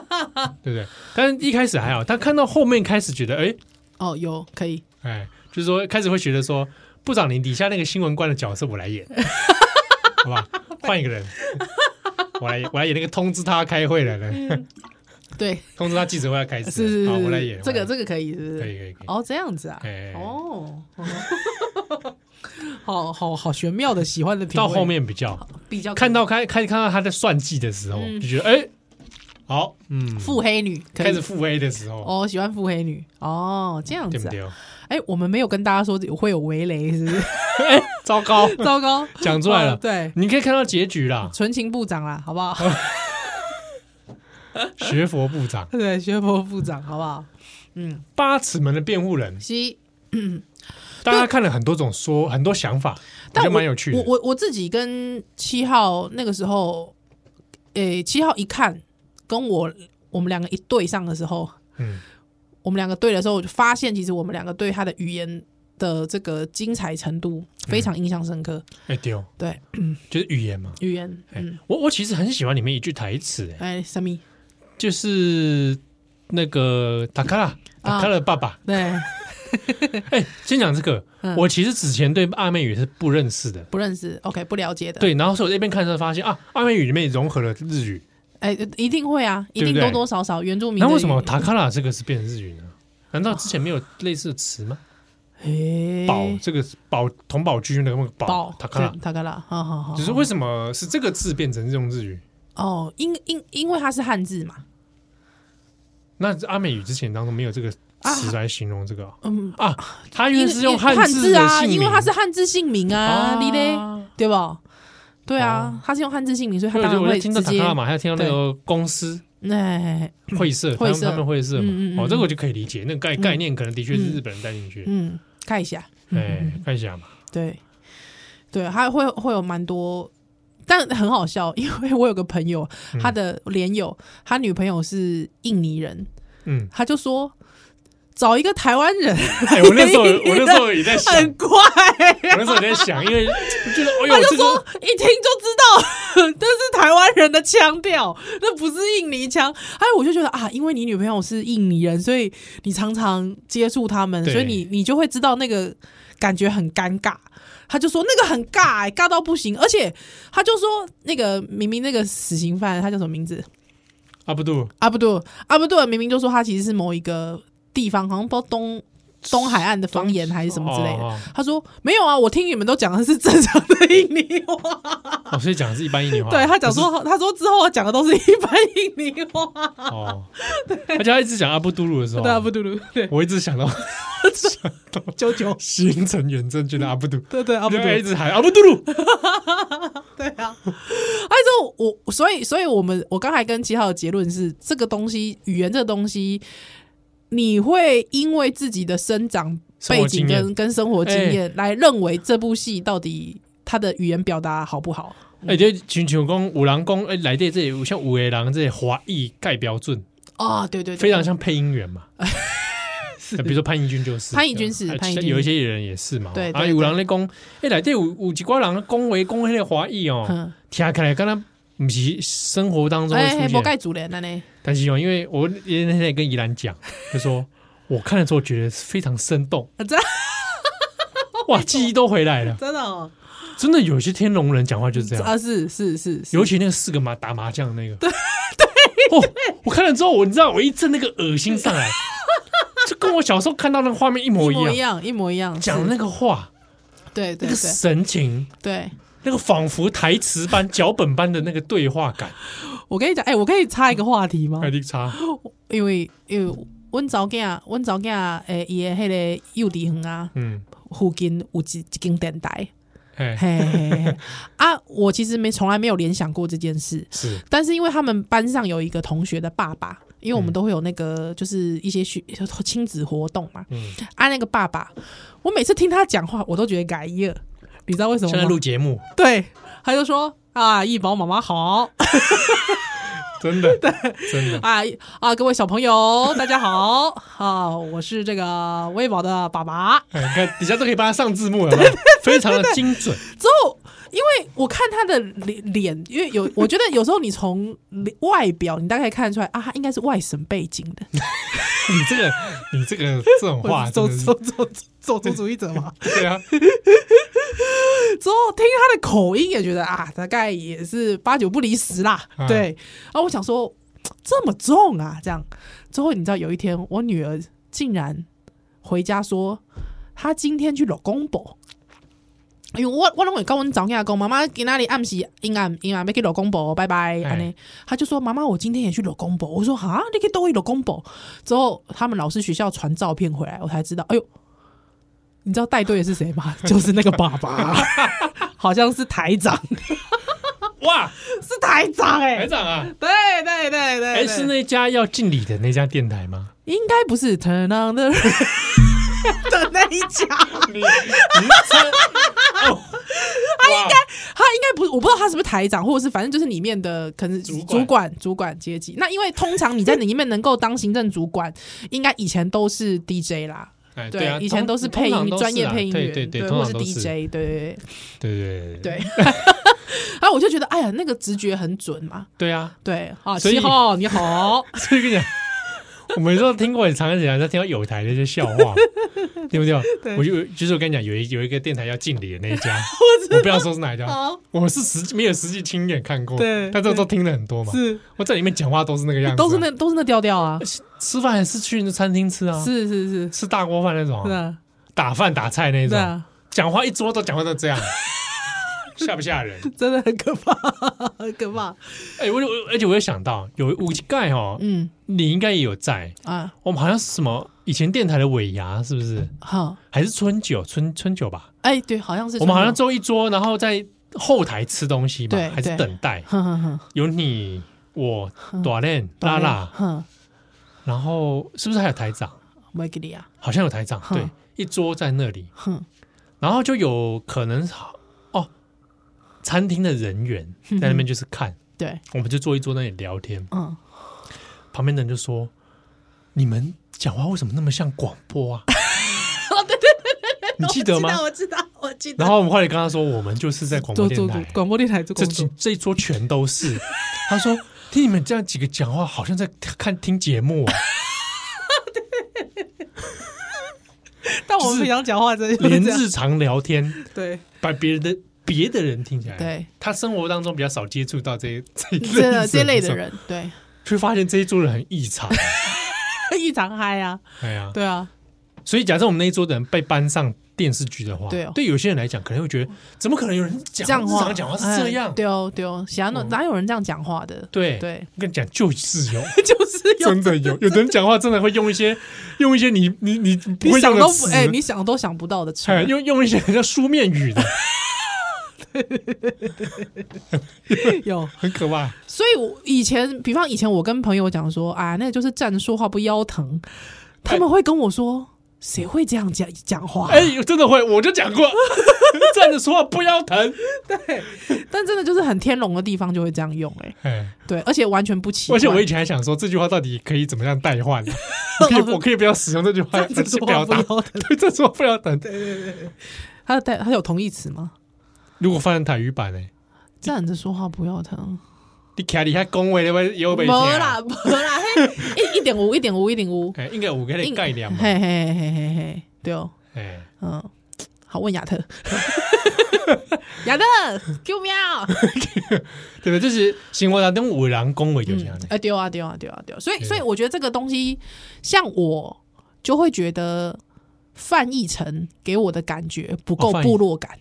Speaker 3: [laughs] 对不对？但是一开始还好，但看到后面开始觉得，哎
Speaker 4: 哦，有可以，
Speaker 3: 哎，就是说开始会觉得说，部长你底下那个新闻官的角色我来
Speaker 4: [laughs]
Speaker 3: 演，好吧？换一个人，我来我来演那个通知他开会的人，
Speaker 4: 对，
Speaker 3: 通知他记者会要开始，
Speaker 4: 嗯是是
Speaker 3: 好，
Speaker 4: 是，
Speaker 3: 我来演
Speaker 4: 这个这
Speaker 3: 个
Speaker 4: 个可以，是不
Speaker 3: 可
Speaker 4: 是？
Speaker 3: 以可以可以。
Speaker 4: 哦，这样子啊
Speaker 3: 哎，
Speaker 4: 哦， [laughs] 好好好玄妙的喜欢的品味，
Speaker 3: 到后面比较
Speaker 4: 比较
Speaker 3: 看到开开看到他在算计的时候，
Speaker 4: 嗯
Speaker 3: 就觉得哎，好，嗯，
Speaker 4: 腹黑女可以
Speaker 3: 开始腹黑的时候，
Speaker 4: 哦，喜欢腹黑女哦，这样
Speaker 3: 对
Speaker 4: 子
Speaker 3: 不
Speaker 4: 啊，
Speaker 3: 对？
Speaker 4: 哎，我们没有跟大家说会有围雷，是不
Speaker 3: [laughs]
Speaker 4: 是？
Speaker 3: 糟糕，
Speaker 4: 糟糕，
Speaker 3: 讲出来了
Speaker 4: 哦对，，
Speaker 3: 你可以看到结局啦
Speaker 4: 纯情部长啦，
Speaker 3: [laughs]
Speaker 4: 好不好？
Speaker 3: 学佛部长，
Speaker 4: 对，薛波部长，好不好？嗯，
Speaker 3: 八尺门的辩护人，
Speaker 4: 西，
Speaker 3: 大家看了很多种说，很多想法，我觉得
Speaker 4: 我
Speaker 3: 蛮有趣
Speaker 4: 我
Speaker 3: 的。
Speaker 4: 我我自己跟七号那个时候，诶，七号一看，跟我我们两个一对上的时候，
Speaker 3: 嗯，
Speaker 4: 我们两个对的时候，我就发现其实我们两个对他的语言的这个精彩程度
Speaker 3: 嗯
Speaker 4: 非常印象深刻。
Speaker 3: 哎丢，
Speaker 4: 对，
Speaker 3: [clears throat] 就是语言嘛。
Speaker 4: 语言，
Speaker 3: 哎
Speaker 4: 嗯，，
Speaker 3: 我我其实很喜欢里面一句台词，哎，
Speaker 4: 哎，什么？
Speaker 3: 就是那个达卡拉，
Speaker 4: 啊
Speaker 3: 达卡拉的爸爸。
Speaker 4: 对，
Speaker 3: 哎，先讲这个
Speaker 4: 嗯，
Speaker 3: 我其实之前对阿美语是不认识的。
Speaker 4: 不认识，OK，不了解的，，
Speaker 3: 对，然后是我这边看的时候发现啊，阿美语里面融合了日语。
Speaker 4: 哎，一定会啊，一
Speaker 3: 对
Speaker 4: 定
Speaker 3: 不对
Speaker 4: 多多少少原住民。
Speaker 3: 那为什么？塔卡拉这个是变成日语呢？难道之前没有类似的词吗？
Speaker 4: 哎，
Speaker 3: 宝这个宝同宝居那个宝
Speaker 4: 宝，
Speaker 3: 塔卡拉，
Speaker 4: 塔卡拉，好好好，
Speaker 3: 只是为什么是这个字变成用日语？
Speaker 4: 哦，因因因为它是汉字嘛，
Speaker 3: 那阿美语之前当中没有这个词来形容这个啊
Speaker 4: 嗯，
Speaker 3: 啊，它原来是用
Speaker 4: 汉
Speaker 3: 字的
Speaker 4: 啊，
Speaker 3: 姓
Speaker 4: 因为
Speaker 3: 名，
Speaker 4: 它是汉字姓名啊，你嘞，对吧？对啊
Speaker 3: 哦，
Speaker 4: 它是用汉字姓名，所以它
Speaker 3: 所以我
Speaker 4: 当
Speaker 3: 就
Speaker 4: 然
Speaker 3: 我
Speaker 4: 会
Speaker 3: 就听到
Speaker 4: 直
Speaker 3: 塔
Speaker 4: 接
Speaker 3: 卡，拉嘛，还有听到那个公司
Speaker 4: 哎，
Speaker 3: 会社，他
Speaker 4: 会
Speaker 3: 们
Speaker 4: 社
Speaker 3: 他们会社
Speaker 4: 嗯嗯
Speaker 3: 嘛，
Speaker 4: 嗯
Speaker 3: 哦，这个我就可以理解，那个概概念可能的确是
Speaker 4: 嗯
Speaker 3: 日本人带进去，
Speaker 4: 嗯，看一下，
Speaker 3: 哎，看一下嘛，
Speaker 4: 对，对，他会会有蛮多，但很好笑，因为我有个朋友，
Speaker 3: 嗯
Speaker 4: 他的连友，他女朋友是印尼人，
Speaker 3: 嗯，
Speaker 4: 他就说找一个台湾
Speaker 3: [laughs]
Speaker 4: 人，
Speaker 3: 哎，我那
Speaker 4: [laughs]
Speaker 3: 时候我那时候也在想，
Speaker 4: 很怪，
Speaker 3: 我那时候也在想，因为我觉得哎呦这
Speaker 4: 就
Speaker 3: 个
Speaker 4: 说 [laughs] 一听就知道 [laughs] 这是台湾人的腔调，那不是印尼腔。哎，我就觉得啊，因为你女朋友是印尼人，所以你常常接触他们，
Speaker 3: 对
Speaker 4: 所以你你就会知道那个感觉很尴尬。他就说那个很尬、欸，尬到不行，而且他就说那个明明那个死刑犯他叫什么名字？啊
Speaker 3: 阿布杜
Speaker 4: 阿布杜尔，阿布杜尔明明就说他其实是某一个地方，好像不知道东东海岸的方言还是 [laughs] 什么之类的。
Speaker 3: 哦哦
Speaker 4: 他说没有啊，我听你们都讲的是正常的印尼话。
Speaker 3: 哦，所以讲的是一般印尼话，
Speaker 4: 对他讲说，他说之后我讲的都是一般印尼话。
Speaker 3: 哦，而且他一直讲阿布杜鲁的时候，
Speaker 4: [laughs] 对，阿布杜鲁，对
Speaker 3: 我一直想
Speaker 4: [laughs]
Speaker 3: 到想到
Speaker 4: 九九，
Speaker 3: 新成员证券的阿布杜，
Speaker 4: 对对阿
Speaker 3: 阿
Speaker 4: 布杜鲁，
Speaker 3: 一直喊阿布杜鲁，
Speaker 4: 对啊。哎，这我所以所以我们我刚才跟七号的结论是，这个东西语言这个东西，你会因为自己的生长
Speaker 3: 生
Speaker 4: 背
Speaker 3: 活
Speaker 4: 景
Speaker 3: 经验
Speaker 4: 跟跟生活经验来认为这部戏到底它的语言表达好不好？
Speaker 3: 哎，就亲像讲五郎公，哎，来这这有像五个人这些华裔盖标准，
Speaker 4: 啊、对对对，
Speaker 3: 非常像配音
Speaker 4: [laughs]
Speaker 3: 员嘛。呃比如说潘怡君就是，
Speaker 4: 潘怡君是
Speaker 3: 呃
Speaker 4: 潘怡君
Speaker 3: 有一些人也是嘛。
Speaker 4: 对对
Speaker 3: 啊，有人在讲，哎，来这有有几挂人恭维恭那个华裔哦，
Speaker 4: 嗯，
Speaker 3: 听起来刚刚不是生活当中会
Speaker 4: 哎，
Speaker 3: 出
Speaker 4: 不
Speaker 3: 现，
Speaker 4: 盖主人了呢，
Speaker 3: 但是哦，因为我那天也跟宜兰讲，就
Speaker 4: [laughs]
Speaker 3: 说我看的时候觉得非常生动，
Speaker 4: 啊真
Speaker 3: [laughs] 哇，记忆都回来
Speaker 4: [laughs]
Speaker 3: 了。
Speaker 4: 真的哦，
Speaker 3: 真的有些天龙人讲话就是这样，
Speaker 4: 啊，是是是，是
Speaker 3: 尤其那个四个麻打麻
Speaker 4: [laughs]
Speaker 3: 将那个，对对，哦，我看了之后，我你知道我一阵那个恶心上来，就跟我小时候看到那个画面一模
Speaker 4: 一
Speaker 3: 一
Speaker 4: 模
Speaker 3: 样。
Speaker 4: 一样，一模一样，
Speaker 3: 讲的那
Speaker 4: 个，
Speaker 3: 个话，
Speaker 4: 对对
Speaker 3: 那个
Speaker 4: 对
Speaker 3: 神情，
Speaker 4: 对，
Speaker 3: 那个仿佛台词般、脚本般的那个对话感，
Speaker 4: 我跟你讲，哎，我可以插一个话题吗
Speaker 3: 艾？丽莎，
Speaker 4: 因为因为阮查某囝，阮查某囝，诶，伊诶迄个幼稚园啊，
Speaker 3: 嗯，
Speaker 4: 附近有一一间
Speaker 3: [laughs]
Speaker 4: 电台，
Speaker 3: 哎，
Speaker 4: 嘿嘿嘿，嘿啊，我其实没从来没有联想过这件事，
Speaker 3: 是，
Speaker 4: 但是因为他们班上有一个同学的爸爸，因为
Speaker 3: 嗯
Speaker 4: 我们都会有那个就是一些学亲子活动嘛，
Speaker 3: 嗯，
Speaker 4: 啊，那个爸爸，我每次听他讲话，我都觉得改耶，你知道为什么
Speaker 3: 现在
Speaker 4: 吗？
Speaker 3: 录节
Speaker 4: [laughs]
Speaker 3: 目，
Speaker 4: 对，他就说啊，易宝妈妈好
Speaker 3: 真的，真
Speaker 4: [laughs]
Speaker 3: 的，
Speaker 4: 啊啊，各位小
Speaker 3: [laughs]
Speaker 4: 朋友大家好啊，我是这个微宝的爸爸。
Speaker 3: 哎，你看底下都可以帮他上字幕了，有没有 [laughs] 非常的精准，
Speaker 4: 之后，因为我看他的脸，脸，因为有，我觉得有时候你从脸外表，你大概看得出来啊，他应该是外省背景的，
Speaker 3: 你这个，你这个这种
Speaker 4: 我 [laughs]
Speaker 3: 话，
Speaker 4: 是
Speaker 3: 真
Speaker 4: 走
Speaker 3: 的是
Speaker 4: 走走
Speaker 3: [laughs]
Speaker 4: 走族主义者嘛。
Speaker 3: 对啊，
Speaker 4: 之后听他的口音也觉得啊，大概也是八九不离十啦。
Speaker 3: 啊
Speaker 4: 对，啊，我想说这么重啊，这样。之后你知道有一天，我女儿竟然回家说，她今天去老公婆。因为我我拢会跟阮早囝讲，妈妈今仔日暗时阴暗阴暗要去老公婆，拜拜安尼。她就说妈妈，我今天也去老公婆。我说哈，你去都去老公婆。之后他们老师学校传照片回来，我才知道，哎呦，你知道带队的是谁吗？ [laughs] 就是那个爸
Speaker 3: [laughs]
Speaker 4: 爸，好像是台长，
Speaker 3: 哇，
Speaker 4: 是台长 [laughs] 哎、
Speaker 3: 台长啊，
Speaker 4: 对对对对
Speaker 3: 哎，
Speaker 4: 对
Speaker 3: 是那家要敬礼的那家电台吗？
Speaker 4: 应该不是 Turn on the [laughs] 的那一家，
Speaker 3: 你你这，哦他应该
Speaker 4: 他应该不是，我不知道他是不是台长，或者是反正就是里面的可能
Speaker 3: 主管
Speaker 4: 主管主管阶级。那因为通常你在里面能够当行政主管，应该以前都是 DJ 啦，
Speaker 3: 哎，
Speaker 4: 对，
Speaker 3: 对啊，
Speaker 4: 以前
Speaker 3: 通
Speaker 4: 都是配
Speaker 3: 通常
Speaker 4: 音
Speaker 3: 都是
Speaker 4: 专业
Speaker 3: 啊
Speaker 4: 配音员，
Speaker 3: 对对对，通
Speaker 4: 或
Speaker 3: 常
Speaker 4: 是
Speaker 3: 都是
Speaker 4: DJ，对对
Speaker 3: 对对
Speaker 4: 对。 [laughs] 对然后我就觉得，哎呀，那个直觉很准嘛，
Speaker 3: 对啊！ [laughs]
Speaker 4: 对啊，
Speaker 3: 所以
Speaker 4: 七号
Speaker 3: [laughs]
Speaker 4: 你好，
Speaker 3: 所以跟你讲，我们都听过很长时间，在听到有台的一些笑话，对不对？我就就是我跟你讲，有一有一个电台要敬礼的那一
Speaker 4: [laughs]
Speaker 3: 家，我不要说是哪一家，
Speaker 4: 好
Speaker 3: 我是实际没有实际亲眼看过，
Speaker 4: 哦对
Speaker 3: 但这都听了很多嘛。
Speaker 4: 是
Speaker 3: 我在里面讲话都是那个样子啊，
Speaker 4: 都是那都是那调调啊，
Speaker 3: 吃饭还是去那餐厅吃啊，
Speaker 4: 是是是
Speaker 3: 吃大锅饭那种
Speaker 4: 是
Speaker 3: 啊，
Speaker 4: 啊
Speaker 3: 打饭打菜那
Speaker 4: 是
Speaker 3: 种，
Speaker 4: 啊，
Speaker 3: 讲话一桌都讲话都这
Speaker 4: [laughs]
Speaker 3: 样，吓不吓人？
Speaker 4: 真的很可怕， [laughs] 很可怕，
Speaker 3: 哎，我就我而且我又想到有五盖哦，
Speaker 4: 嗯
Speaker 3: 你应该也有在，
Speaker 4: 啊
Speaker 3: 我们好像是什么以前电台的尾牙是不是？
Speaker 4: 好，
Speaker 3: 还是春酒，春春酒吧，
Speaker 4: 哎对，好像是
Speaker 3: 我们好像坐一桌，然后在后台吃东西吧
Speaker 4: 对，
Speaker 3: 还是
Speaker 4: 对嗯
Speaker 3: 等待？
Speaker 4: 哼哼哼
Speaker 3: 有你、我、短链、拉
Speaker 4: 大
Speaker 3: 拉，
Speaker 4: 哼，
Speaker 3: 然后是不是还有台长？
Speaker 4: 麦给你啊，
Speaker 3: 好像有台长，
Speaker 4: 哼
Speaker 3: 对，一桌在那里，
Speaker 4: 哼
Speaker 3: 然后就有可能哦，餐厅的人员在那边就是看，
Speaker 4: 对，
Speaker 3: 我们就坐一桌那里聊天，
Speaker 4: 嗯，
Speaker 3: 旁边的人就说：“你们讲话为什么那么像广播
Speaker 4: [laughs]
Speaker 3: 啊？”
Speaker 4: 哦
Speaker 3: 你记得吗？
Speaker 4: 我知道，我记
Speaker 3: 然后我们后来跟他说，我们就是在广播
Speaker 4: 做
Speaker 3: 电
Speaker 4: 做
Speaker 3: 台，
Speaker 4: 广播电台做
Speaker 3: 这
Speaker 4: 工
Speaker 3: 几
Speaker 4: 作，
Speaker 3: 这一桌全都
Speaker 4: [laughs]
Speaker 3: 是。他说：“听你们这样几个讲话，好像在看听节目
Speaker 4: [laughs]
Speaker 3: 啊，
Speaker 4: 但我们
Speaker 3: 就是
Speaker 4: 平常讲话真的就是
Speaker 3: 连
Speaker 4: 这样
Speaker 3: 日常聊天，
Speaker 4: 对
Speaker 3: 把别人的别的人听起来。
Speaker 4: 对，
Speaker 3: 他生活当中比较少接触到这 [laughs] 这一类
Speaker 4: 这这类的
Speaker 3: 人，
Speaker 4: 人，对，
Speaker 3: 却发现这一桌人很异
Speaker 4: [laughs]
Speaker 3: 常。
Speaker 4: 异常嗨啊，
Speaker 3: 哎呀，
Speaker 4: 对啊，
Speaker 3: 所以假设我们那一桌的人被搬上电视剧的话，
Speaker 4: 对哦
Speaker 3: 有些人来讲，可能会觉得怎么可能有人讲
Speaker 4: 这样
Speaker 3: 日
Speaker 4: 话
Speaker 3: 常讲话是这样？
Speaker 4: 对哦对哦，想要哪有人这样讲话的？
Speaker 3: 对
Speaker 4: 对，
Speaker 3: 我跟你讲，就是有。
Speaker 4: [laughs] 就是有
Speaker 3: 真的有，有的人讲话真的会用一些用一些你你你不
Speaker 4: 你
Speaker 3: 会
Speaker 4: 想
Speaker 3: 用的
Speaker 4: 都不
Speaker 3: 词，
Speaker 4: 哎、你想都想不到的词，
Speaker 3: 哎用用一些叫书面语
Speaker 4: [laughs]
Speaker 3: 的，
Speaker 4: 有。
Speaker 3: 很可
Speaker 4: [laughs]
Speaker 3: 怕。
Speaker 4: 所以我以前，比方以前我跟朋友讲说啊，那就是站着说话不腰疼，他们会跟我说，谁会这样讲讲话？
Speaker 3: 哎、真的会，我就讲
Speaker 4: [laughs]
Speaker 3: 过， [laughs] 站着说话不腰疼。
Speaker 4: 但真的就是很天龙的地方就会这样用、哎，
Speaker 3: 哎，
Speaker 4: 对，而且完全不奇怪。
Speaker 3: 而且我以前还想说这句话到底可以怎么样代换，
Speaker 4: [laughs]
Speaker 3: 我可以我可以不要使用这句话
Speaker 4: 站着
Speaker 3: 去
Speaker 4: 说
Speaker 3: 表
Speaker 4: 话不
Speaker 3: 达
Speaker 4: 腰，疼，
Speaker 3: 对，这说话不腰疼。
Speaker 4: 他有带他有同义词吗？
Speaker 3: 如果翻成台语版呢？
Speaker 4: 站着说话不腰疼，
Speaker 3: 你卡里还恭维的有
Speaker 4: 没
Speaker 3: 被听啊
Speaker 4: 啦？没啦，嘿一一点五一点五一点
Speaker 3: [laughs]
Speaker 4: 五，
Speaker 3: 哎，应该有给你
Speaker 4: 应
Speaker 3: 概念嘛。
Speaker 4: 嘿嘿嘿嘿嘿，对哦，
Speaker 3: 哎，
Speaker 4: 嗯，好，问亚特， [laughs] 亚特，Q 啊喵，
Speaker 3: 对不对？就是生活当中有
Speaker 4: 呃
Speaker 3: 人恭维就是这样
Speaker 4: 嗯，哎，丢啊丢啊丢啊丢啊，所以所以我觉得这个东西，像我。就会觉得范逸臣给我的感觉不够
Speaker 3: 哦范逸
Speaker 4: 部落感。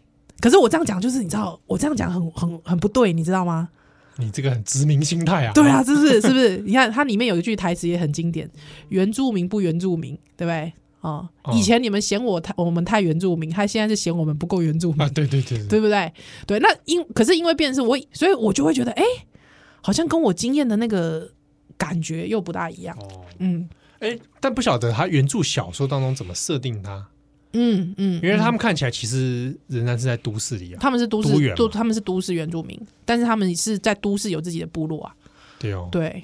Speaker 4: 可是我这样讲，就是你知道，我这样讲很很很不对，你知
Speaker 3: [laughs]
Speaker 4: 道吗？
Speaker 3: 你这个很殖民心态啊！
Speaker 4: 对啊，，是不是？是不是？你看它里面有一句台词也很经典：“原住民不原住民，对不对？”哦，
Speaker 3: 哦
Speaker 4: 以前你们嫌我太我们太原住民，还现在是嫌我们不够原住民
Speaker 3: 啊，，对对对，
Speaker 4: [laughs] 对不对？对，那因可是因为变成是我，所以我就会觉得，哎，好像跟我经验的那个感觉又不大一样。
Speaker 3: 哦，
Speaker 4: 嗯
Speaker 3: 哎，但不晓得他原著小说当中怎么设定他，
Speaker 4: 嗯嗯，
Speaker 3: 因为他
Speaker 4: 嗯
Speaker 3: 们看起来其实仍然是在都市里啊。
Speaker 4: 他们是都
Speaker 3: 都原
Speaker 4: 市
Speaker 3: 嘛
Speaker 4: 都他们是都市原住民，但是他们是在都市有自己的部落啊。
Speaker 3: 对哦，
Speaker 4: 对，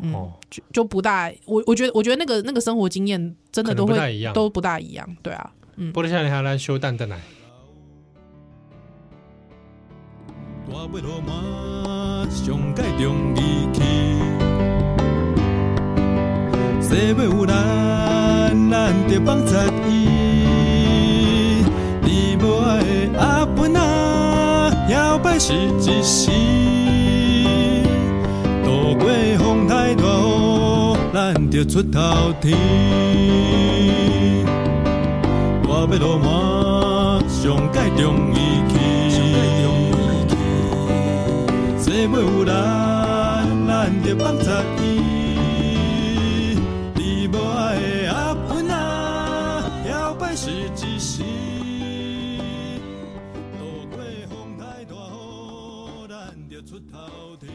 Speaker 4: 嗯，
Speaker 3: 哦，
Speaker 4: 就就不大，我我觉得我觉得那个那个生活经验真的
Speaker 3: 可能
Speaker 4: 都会
Speaker 3: 不太一样
Speaker 4: 都不大一样。对啊，
Speaker 3: 波多夏尼哈兰修蛋蛋奶，
Speaker 6: 大尾落满上界中义气，西尾有咱，咱就放贼伊。你无爱的阿本啊，摇摆是一时。渡过风台大雨，咱就出头天。我要落马，上界中义气。西尾有咱，咱就放十伊。你无爱的阿芬啊，摇摆是一时。路过风台大雨，咱就出头天。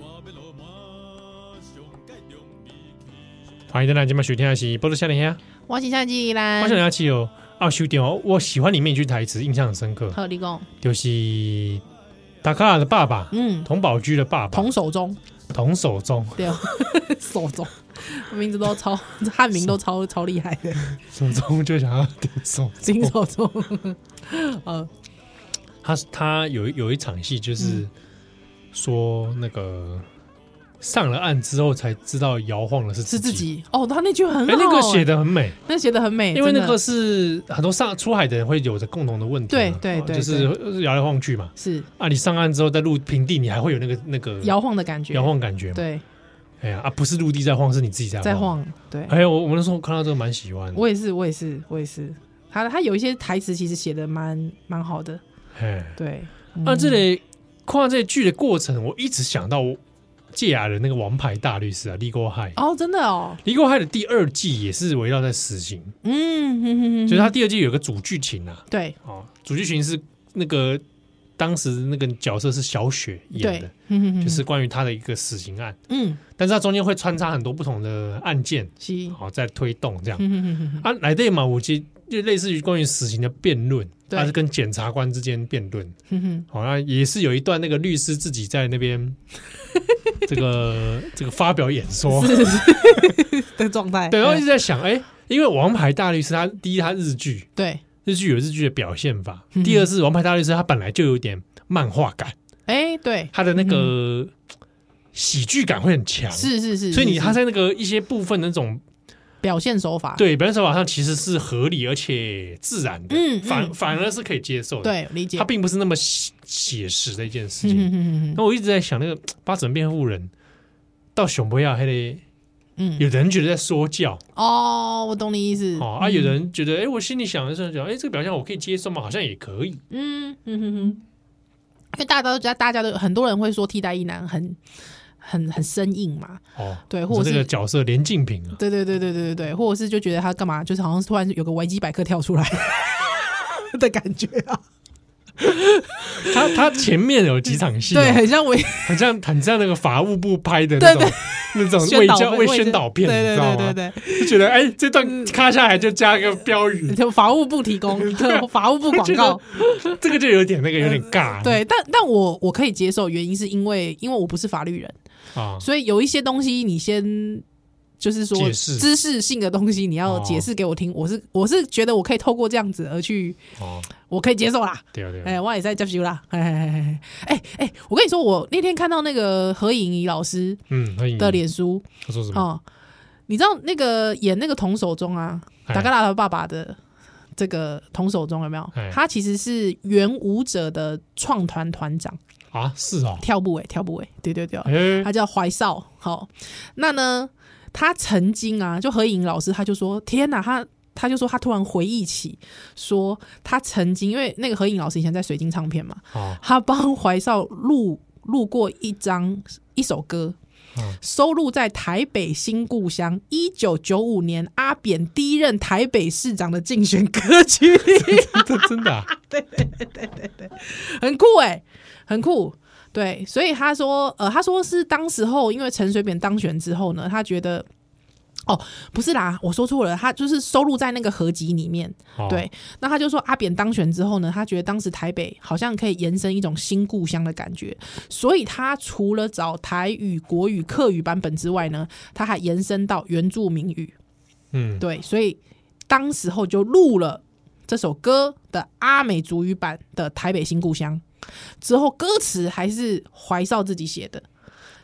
Speaker 6: 我要落马，上界中义气。
Speaker 3: 欢迎蛋奶，今晚收听的是波多夏尼哈，
Speaker 4: 我是夏季兰
Speaker 3: 波多夏尼哈基友啊，修点哦，我喜欢里面一句台词，印象很深刻，
Speaker 4: 和立功，
Speaker 3: 就是达卡拉的爸爸，
Speaker 4: 嗯，
Speaker 3: 童宝驹的爸爸，
Speaker 4: [laughs] 同手中
Speaker 3: 童手
Speaker 4: [laughs]
Speaker 3: 中，
Speaker 4: 对，啊
Speaker 3: [laughs]
Speaker 4: 手中名字都超汉名都超超厉害的，
Speaker 3: 手中就想要点
Speaker 4: [laughs]
Speaker 3: 手
Speaker 4: 金手中，呃，
Speaker 3: 他他有一有一场戏
Speaker 4: 嗯
Speaker 3: 就是说那个上了岸之后才知道摇晃的是
Speaker 4: 是自
Speaker 3: 自。
Speaker 4: 己哦，他那句很
Speaker 3: 哎、
Speaker 4: 好，
Speaker 3: 那个写的很美，
Speaker 4: 那写的很美，
Speaker 3: 因为
Speaker 4: 真的
Speaker 3: 那个是很多上出海的人会有着共同的问题嘛，哦
Speaker 4: 对对对
Speaker 3: 就是摇来晃去嘛。
Speaker 4: 是
Speaker 3: 啊，你上岸之后在陆平地，你还会有那个那个
Speaker 4: 摇晃的感觉，
Speaker 3: 摇晃感觉嘛。，
Speaker 4: 对，
Speaker 3: 哎呀啊，不是陆地在晃，是你自己在
Speaker 4: 在。晃，对，
Speaker 3: 哎呦，我我那时候看到这个蛮喜欢的，
Speaker 4: 我也是，我也是，我也是。他他有一些台词其实写的蛮蛮好的，
Speaker 3: 哎，
Speaker 4: 对。
Speaker 3: 啊，这
Speaker 4: 里
Speaker 3: 里看这剧的过程，我一直想到我芥雅人那个王牌大律师啊，利国海。
Speaker 4: 哦，真的哦，
Speaker 3: 《离过海》的第二季也是围绕在死刑，
Speaker 4: 嗯，哼哼哼
Speaker 3: 就是它第二季有个主剧情啊，
Speaker 4: 对
Speaker 3: 哦，主剧情是那个当时那个角色是小雪演
Speaker 4: 对嗯
Speaker 3: 的，，
Speaker 4: 哼哼哼
Speaker 3: 就是关于他的一个死刑案，
Speaker 4: 嗯，
Speaker 3: 但是它中间会穿插很多不同的案件，
Speaker 4: 是，
Speaker 3: 好、在推动这样
Speaker 4: 嗯哼哼哼哼
Speaker 3: 啊，来对嘛，我记就类似于关于死刑的辩论，
Speaker 4: 对
Speaker 3: 它是跟检察官之间辩论，
Speaker 4: 哼哼
Speaker 3: 好、那也是有一段那个律师自己在那
Speaker 4: [laughs]
Speaker 3: 边这个这个发表演说，
Speaker 4: 的状态，
Speaker 3: 对，然后一
Speaker 4: 嗯
Speaker 3: 直在想，哎、因为《王牌大律师》他第一他日剧，
Speaker 4: 对，
Speaker 3: 日剧有日剧的表现法；
Speaker 4: 嗯哼
Speaker 3: 第二是《王牌大律师》，他本来就有点漫画感，
Speaker 4: 哎，对，
Speaker 3: 他的那个喜剧感会很强，
Speaker 4: 嗯是是是，
Speaker 3: 所以你
Speaker 4: 是
Speaker 3: 他
Speaker 4: 是
Speaker 3: 在那个一些部分那种
Speaker 4: 表现手法，
Speaker 3: 对表现手法上其实是合理而且自然的，
Speaker 4: 嗯嗯
Speaker 3: 反
Speaker 4: 嗯
Speaker 3: 反而是可以接受的，
Speaker 4: 对，理解
Speaker 3: 他，并不是那么写写实的一件事
Speaker 4: 嗯
Speaker 3: 情。
Speaker 4: 哼哼哼哼
Speaker 3: 那我一直在想，那个八准辩护人到熊博亚还得
Speaker 4: 嗯，
Speaker 3: 有人觉得在说教。
Speaker 4: 哦，我懂你意思，
Speaker 3: 哦啊，有人觉得，哎，我心里想的时候想，哎，这个表现我可以接受吗？好像也可以。
Speaker 4: 嗯嗯哼哼，因为大家都知道，大家都很多人会说替代一男很很很生硬嘛，
Speaker 3: 哦，
Speaker 4: 对
Speaker 3: 你
Speaker 4: 或者
Speaker 3: 说这个
Speaker 4: 是
Speaker 3: 角色连竞品啊，
Speaker 4: 对对对对对对对，或者是就觉得他干嘛，就是好像突然有个维基百科跳
Speaker 3: [laughs]
Speaker 4: 出来的感觉啊，
Speaker 3: 他他前面有几场戏、哦，
Speaker 4: 对，很像维
Speaker 3: 很像很像那个法务部拍的那种那种
Speaker 4: 宣
Speaker 3: 为
Speaker 4: 导
Speaker 3: 教为宣导片，你
Speaker 4: 对
Speaker 3: 知道
Speaker 4: 对
Speaker 3: 吗？
Speaker 4: 对对对，
Speaker 3: 就觉得哎，这
Speaker 4: 嗯
Speaker 3: 段咔下来就加一个标语，
Speaker 4: 就法务部
Speaker 3: [laughs]
Speaker 4: 提供法务部广告，
Speaker 3: 这个就有点那个有点尬，
Speaker 4: 嗯对，但但我我可以接受，原因是因为因为我不是法律人，
Speaker 3: 啊，
Speaker 4: 所以有一些东西你先。就是说，
Speaker 3: 解释
Speaker 4: 知识性的东西你要
Speaker 3: 哦
Speaker 4: 解释给我听，我是我是觉得我可以透过这样子而去，
Speaker 3: 哦，
Speaker 4: 我可以接受啦。
Speaker 3: 对啊对
Speaker 4: 哎、
Speaker 3: 啊，
Speaker 4: 我也在接受啦。哎哎哎哎哎，我跟你说，我那天看到那个何颖仪老师
Speaker 3: 嗯，欢迎
Speaker 4: 的脸书
Speaker 3: 他说什么？
Speaker 4: 哦，你知道那个演那个童守中啊，
Speaker 3: 哎
Speaker 4: 达嘎拉的爸爸的这个童守中有没有
Speaker 3: 哎？
Speaker 4: 他其实是原舞者的创团团长， [laughs]
Speaker 3: 啊，是哦，
Speaker 4: 跳步尾，跳步尾，对对对，
Speaker 3: 哎
Speaker 4: 他叫怀少。好，那呢，他曾经啊，就何颖老师他就说：“天哪，他他就说他突然回忆起，说他曾经因为那个何颖老师以前在水晶唱片嘛，
Speaker 3: 哦
Speaker 4: 他帮怀少录录过一张一首歌
Speaker 3: 嗯。
Speaker 4: 收录在台北新故乡一九九五年阿扁第一任台北市长的竞选歌曲 [laughs] 里，
Speaker 3: 真真
Speaker 4: [laughs]
Speaker 3: 的啊，
Speaker 4: 很酷哎、很酷。对，所以他说，呃，他说是当时候因为陈水扁当选之后呢，他觉得，哦，不是啦，我说错了，他就是收录在那个合集里面。
Speaker 3: 哦
Speaker 4: 对，那他就说阿扁当选之后呢，他觉得当时台北好像可以延伸一种新故乡的感觉，所以他除了找台语、国语、客语版本之外呢，他还延伸到原住民语。
Speaker 3: 嗯，
Speaker 4: 对，所以当时候就录了这首歌的阿美族语版的《台北新故乡》，之后歌词还是怀少自己写的，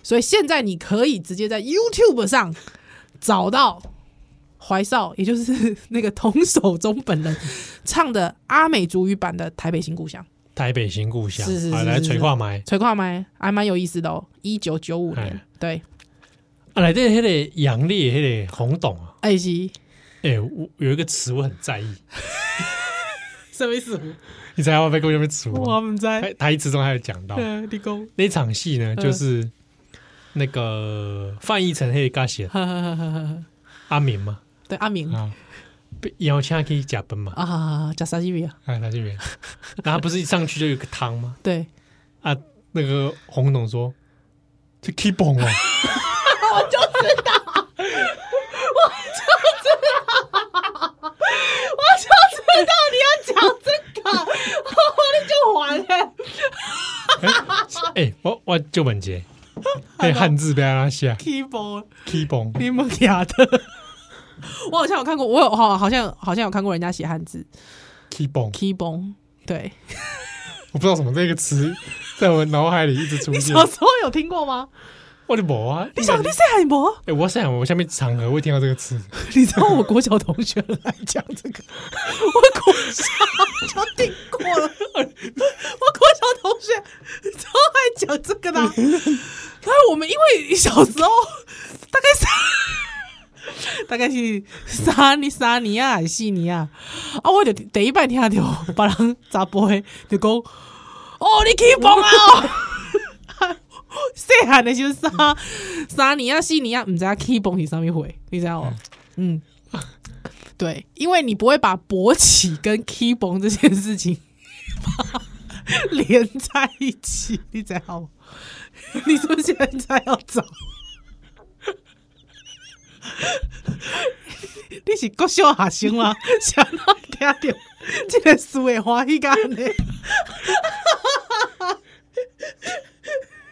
Speaker 4: 所以现在你可以直接在 YouTube 上找到怀少，也就是那个童守中本人唱的阿美族语版的《台北新故乡》。
Speaker 3: 台北新故乡，
Speaker 4: 是是是
Speaker 3: 啊来
Speaker 4: 是
Speaker 3: 垂挂麦，
Speaker 4: 吹跨麦还蛮有意思的哦，一九九五年
Speaker 3: 哎，
Speaker 4: 对，
Speaker 3: 啊，来这迄个杨丽，迄个红董啊，
Speaker 4: 艾希
Speaker 3: 哎，我有一个词我很在意，
Speaker 4: [laughs] 什么意思？
Speaker 3: 你猜我被公那边词
Speaker 4: 我
Speaker 3: 吗？
Speaker 4: 们在
Speaker 3: 哎台词中还有讲
Speaker 4: [laughs]
Speaker 3: 到
Speaker 4: 立功，
Speaker 3: 那场戏呢，
Speaker 4: 嗯
Speaker 3: 就是那个范逸臣迄个写
Speaker 4: 哈哈哈哈哈哈
Speaker 3: 阿明嘛，
Speaker 4: 对阿明
Speaker 3: 啊，被邀请去假奔嘛，
Speaker 4: 啊，加沙西比啊，
Speaker 3: 哎，他这边，然后他不是一上去就有个汤吗？
Speaker 4: 对，
Speaker 3: 啊，那个红董说：“这 keep on
Speaker 4: [laughs]
Speaker 3: 哦。”
Speaker 4: [laughs]
Speaker 3: 我就知道，我就知道你要讲这个，我就完了。哎、我我就本杰，
Speaker 4: 哎
Speaker 3: 那汉字被他写
Speaker 4: keyboard
Speaker 3: keep on，
Speaker 4: [laughs] 你们俩的，我好像有看过，我有好好像好像有看过人家写汉字
Speaker 3: keep on，
Speaker 4: keyboard，对，
Speaker 3: 我不知道什么这个词在我脑海里一直出
Speaker 4: 你
Speaker 3: 现
Speaker 4: [laughs] 小。时候哦有听过吗？
Speaker 3: 我的毛啊！
Speaker 4: 你想你是海博？
Speaker 3: 哎、我想我下面场合会听到这个词，
Speaker 4: [laughs] 你知道我国小同学来讲这个，我国小就听过了，我国小同学超爱讲这个的啊。然后我们因为小时候大概是大概是沙尼沙尼亚还是悉尼亚啊，我就第一摆听到别人查甫的就讲，哦，你起蹦啊！哦 [laughs] 细汉的时候沙沙尼亚、悉尼啊亚，唔知道起蹦是啥物货，你知道吗？嗯，对，因为你不会把勃起跟 key 蹦这件事情连在一起，你知道吗？你是不是现在要找？你是国小学生吗？想到听到这个词会欢喜干呢？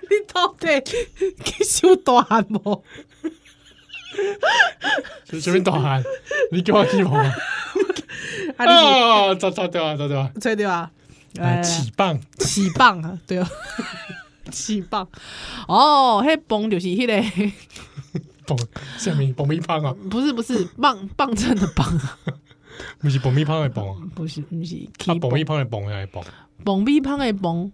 Speaker 4: 你到底去收大汉无？
Speaker 3: 随随便导喊，你给我 keep on 啊。
Speaker 4: 啊，你哎是
Speaker 3: 啊，找找对啊，找对啊，
Speaker 4: 吹对吧？
Speaker 3: 来
Speaker 4: 来来
Speaker 3: 起棒，
Speaker 4: 起棒啊， [laughs] 对哦，起棒。哦，迄棒就是迄、个，
Speaker 3: 蹦下面蹦咪棒啊，
Speaker 4: 不是不是棒 [laughs] 棒秤的棒啊，
Speaker 3: 不是蹦咪棒的蹦啊，
Speaker 4: 不是不是，
Speaker 3: 啊蹦咪棒的蹦来蹦，
Speaker 4: 棒米棒的棒，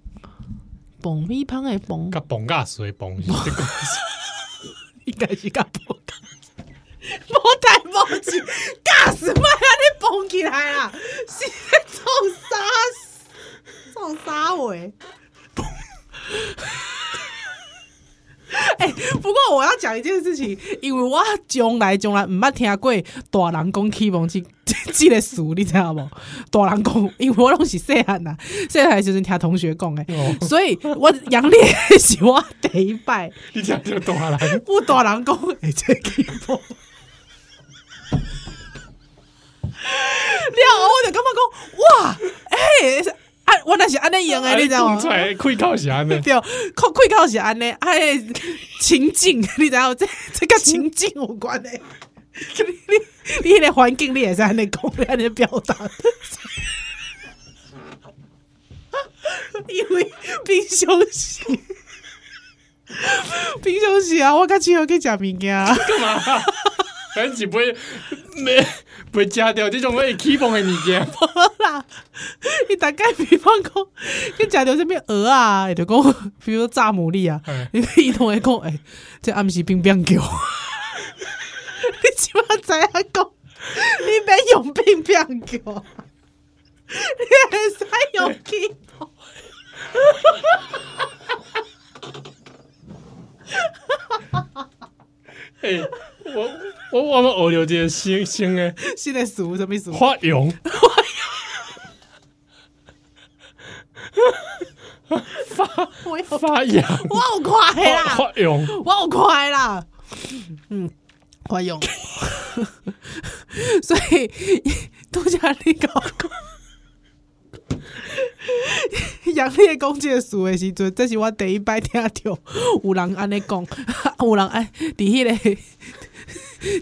Speaker 4: 棒米棒的棒，
Speaker 3: 甲蹦甲水
Speaker 4: [laughs]
Speaker 3: 蹦是这个意思，
Speaker 4: 应该是甲棒。无代无志，驾驶莫安尼蹦起来啦！是咧创啥？创啥话？哎、不过我要讲一件事情，因为我从来从来毋捌听过大人讲起蹦这 [laughs] 这个词，你知道无？大人讲，因为我拢是细汉呐，细汉的时阵听同学讲诶，所以我杨烈是我第一摆。
Speaker 3: 你讲就懂
Speaker 4: [laughs]
Speaker 3: 啊来，
Speaker 4: 不大
Speaker 3: [laughs]
Speaker 4: 人讲
Speaker 3: 哎
Speaker 4: 会做 [laughs] 起步。了后啊我就感觉讲，哇，哎、欸，啊，原来是安尼用哎的，你啊知道
Speaker 3: 讲
Speaker 4: 吗
Speaker 3: 哎出？来愧靠啥呢？
Speaker 4: 对，靠开口是安尼，哎，情境， [laughs] 你知道这这跟情境有关的。你你你迄个环境，你也是安尼讲，你安尼表达。 [laughs] 因为平常时，平常时啊，我甲七号去食物件啊。
Speaker 3: 咱是哎不会没不会加掉这种会起蹦的物
Speaker 4: [laughs]
Speaker 3: 件，
Speaker 4: 无啦，伊大概比方讲，你食着什物鹅啊，伊就讲， [laughs] 比如说炸牡蛎啊
Speaker 3: 嗯，
Speaker 4: 哎 [laughs] 伊伊拢会讲，诶、欸，这暗时冰冰球，即马知影讲，你别用病病叫， [laughs] 你会使用气泡。
Speaker 3: 哎，我我我们学着一个新新的
Speaker 4: 新的词什 [laughs] 么词？
Speaker 3: 发扬， [laughs]
Speaker 4: 我有我
Speaker 3: 发扬，
Speaker 4: [laughs] 有看的
Speaker 3: 发
Speaker 4: 啦，
Speaker 3: 发扬，
Speaker 4: [laughs] 我有看的啦。嗯，我用。 [laughs] 所以 [laughs] 拄则你甲我讲， [laughs] 杨烈讲即个事的时阵，这是我第一摆听到有人安尼讲， [laughs] 有人安伫迄个。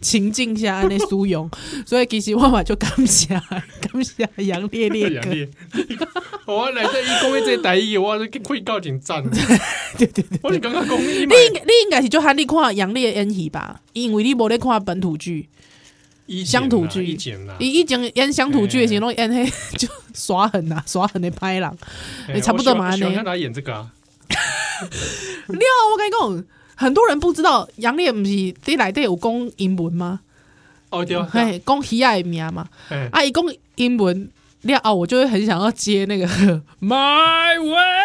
Speaker 4: 情境下安尼使用，所以其实我嘛就感谢 [laughs] 感谢杨烈烈
Speaker 3: 发
Speaker 4: 哥
Speaker 3: 扬，哎你。 [laughs] 我来这一讲的这个台语，我是会搞真赞。
Speaker 4: [laughs] 对对对，
Speaker 3: 我是感觉讲伊
Speaker 4: 你
Speaker 3: 嘛，
Speaker 4: 应该你应该是就喊你看杨烈的演戏吧，因为你无咧看本土剧，
Speaker 3: 以前
Speaker 4: 乡土
Speaker 3: 啦
Speaker 4: 剧
Speaker 3: 以前啦，
Speaker 4: 伊以前演乡土剧的时
Speaker 3: 嘿
Speaker 4: 候，拢演迄就耍狠啊， [laughs] 耍狠的拍人。
Speaker 3: 哎
Speaker 4: 也差不多嘛
Speaker 3: 我喜欢喜
Speaker 4: 安尼
Speaker 3: 欢看他演这个啊，
Speaker 4: 了，我跟你讲，很多人不知道杨烈毋是伫内底有讲英文吗？
Speaker 3: 哦对啊，
Speaker 4: 嘿，讲喜爱的名嘛，
Speaker 3: 哎
Speaker 4: 啊，伊讲英文了后，我就会很想要接那个 [laughs]
Speaker 3: ，My way，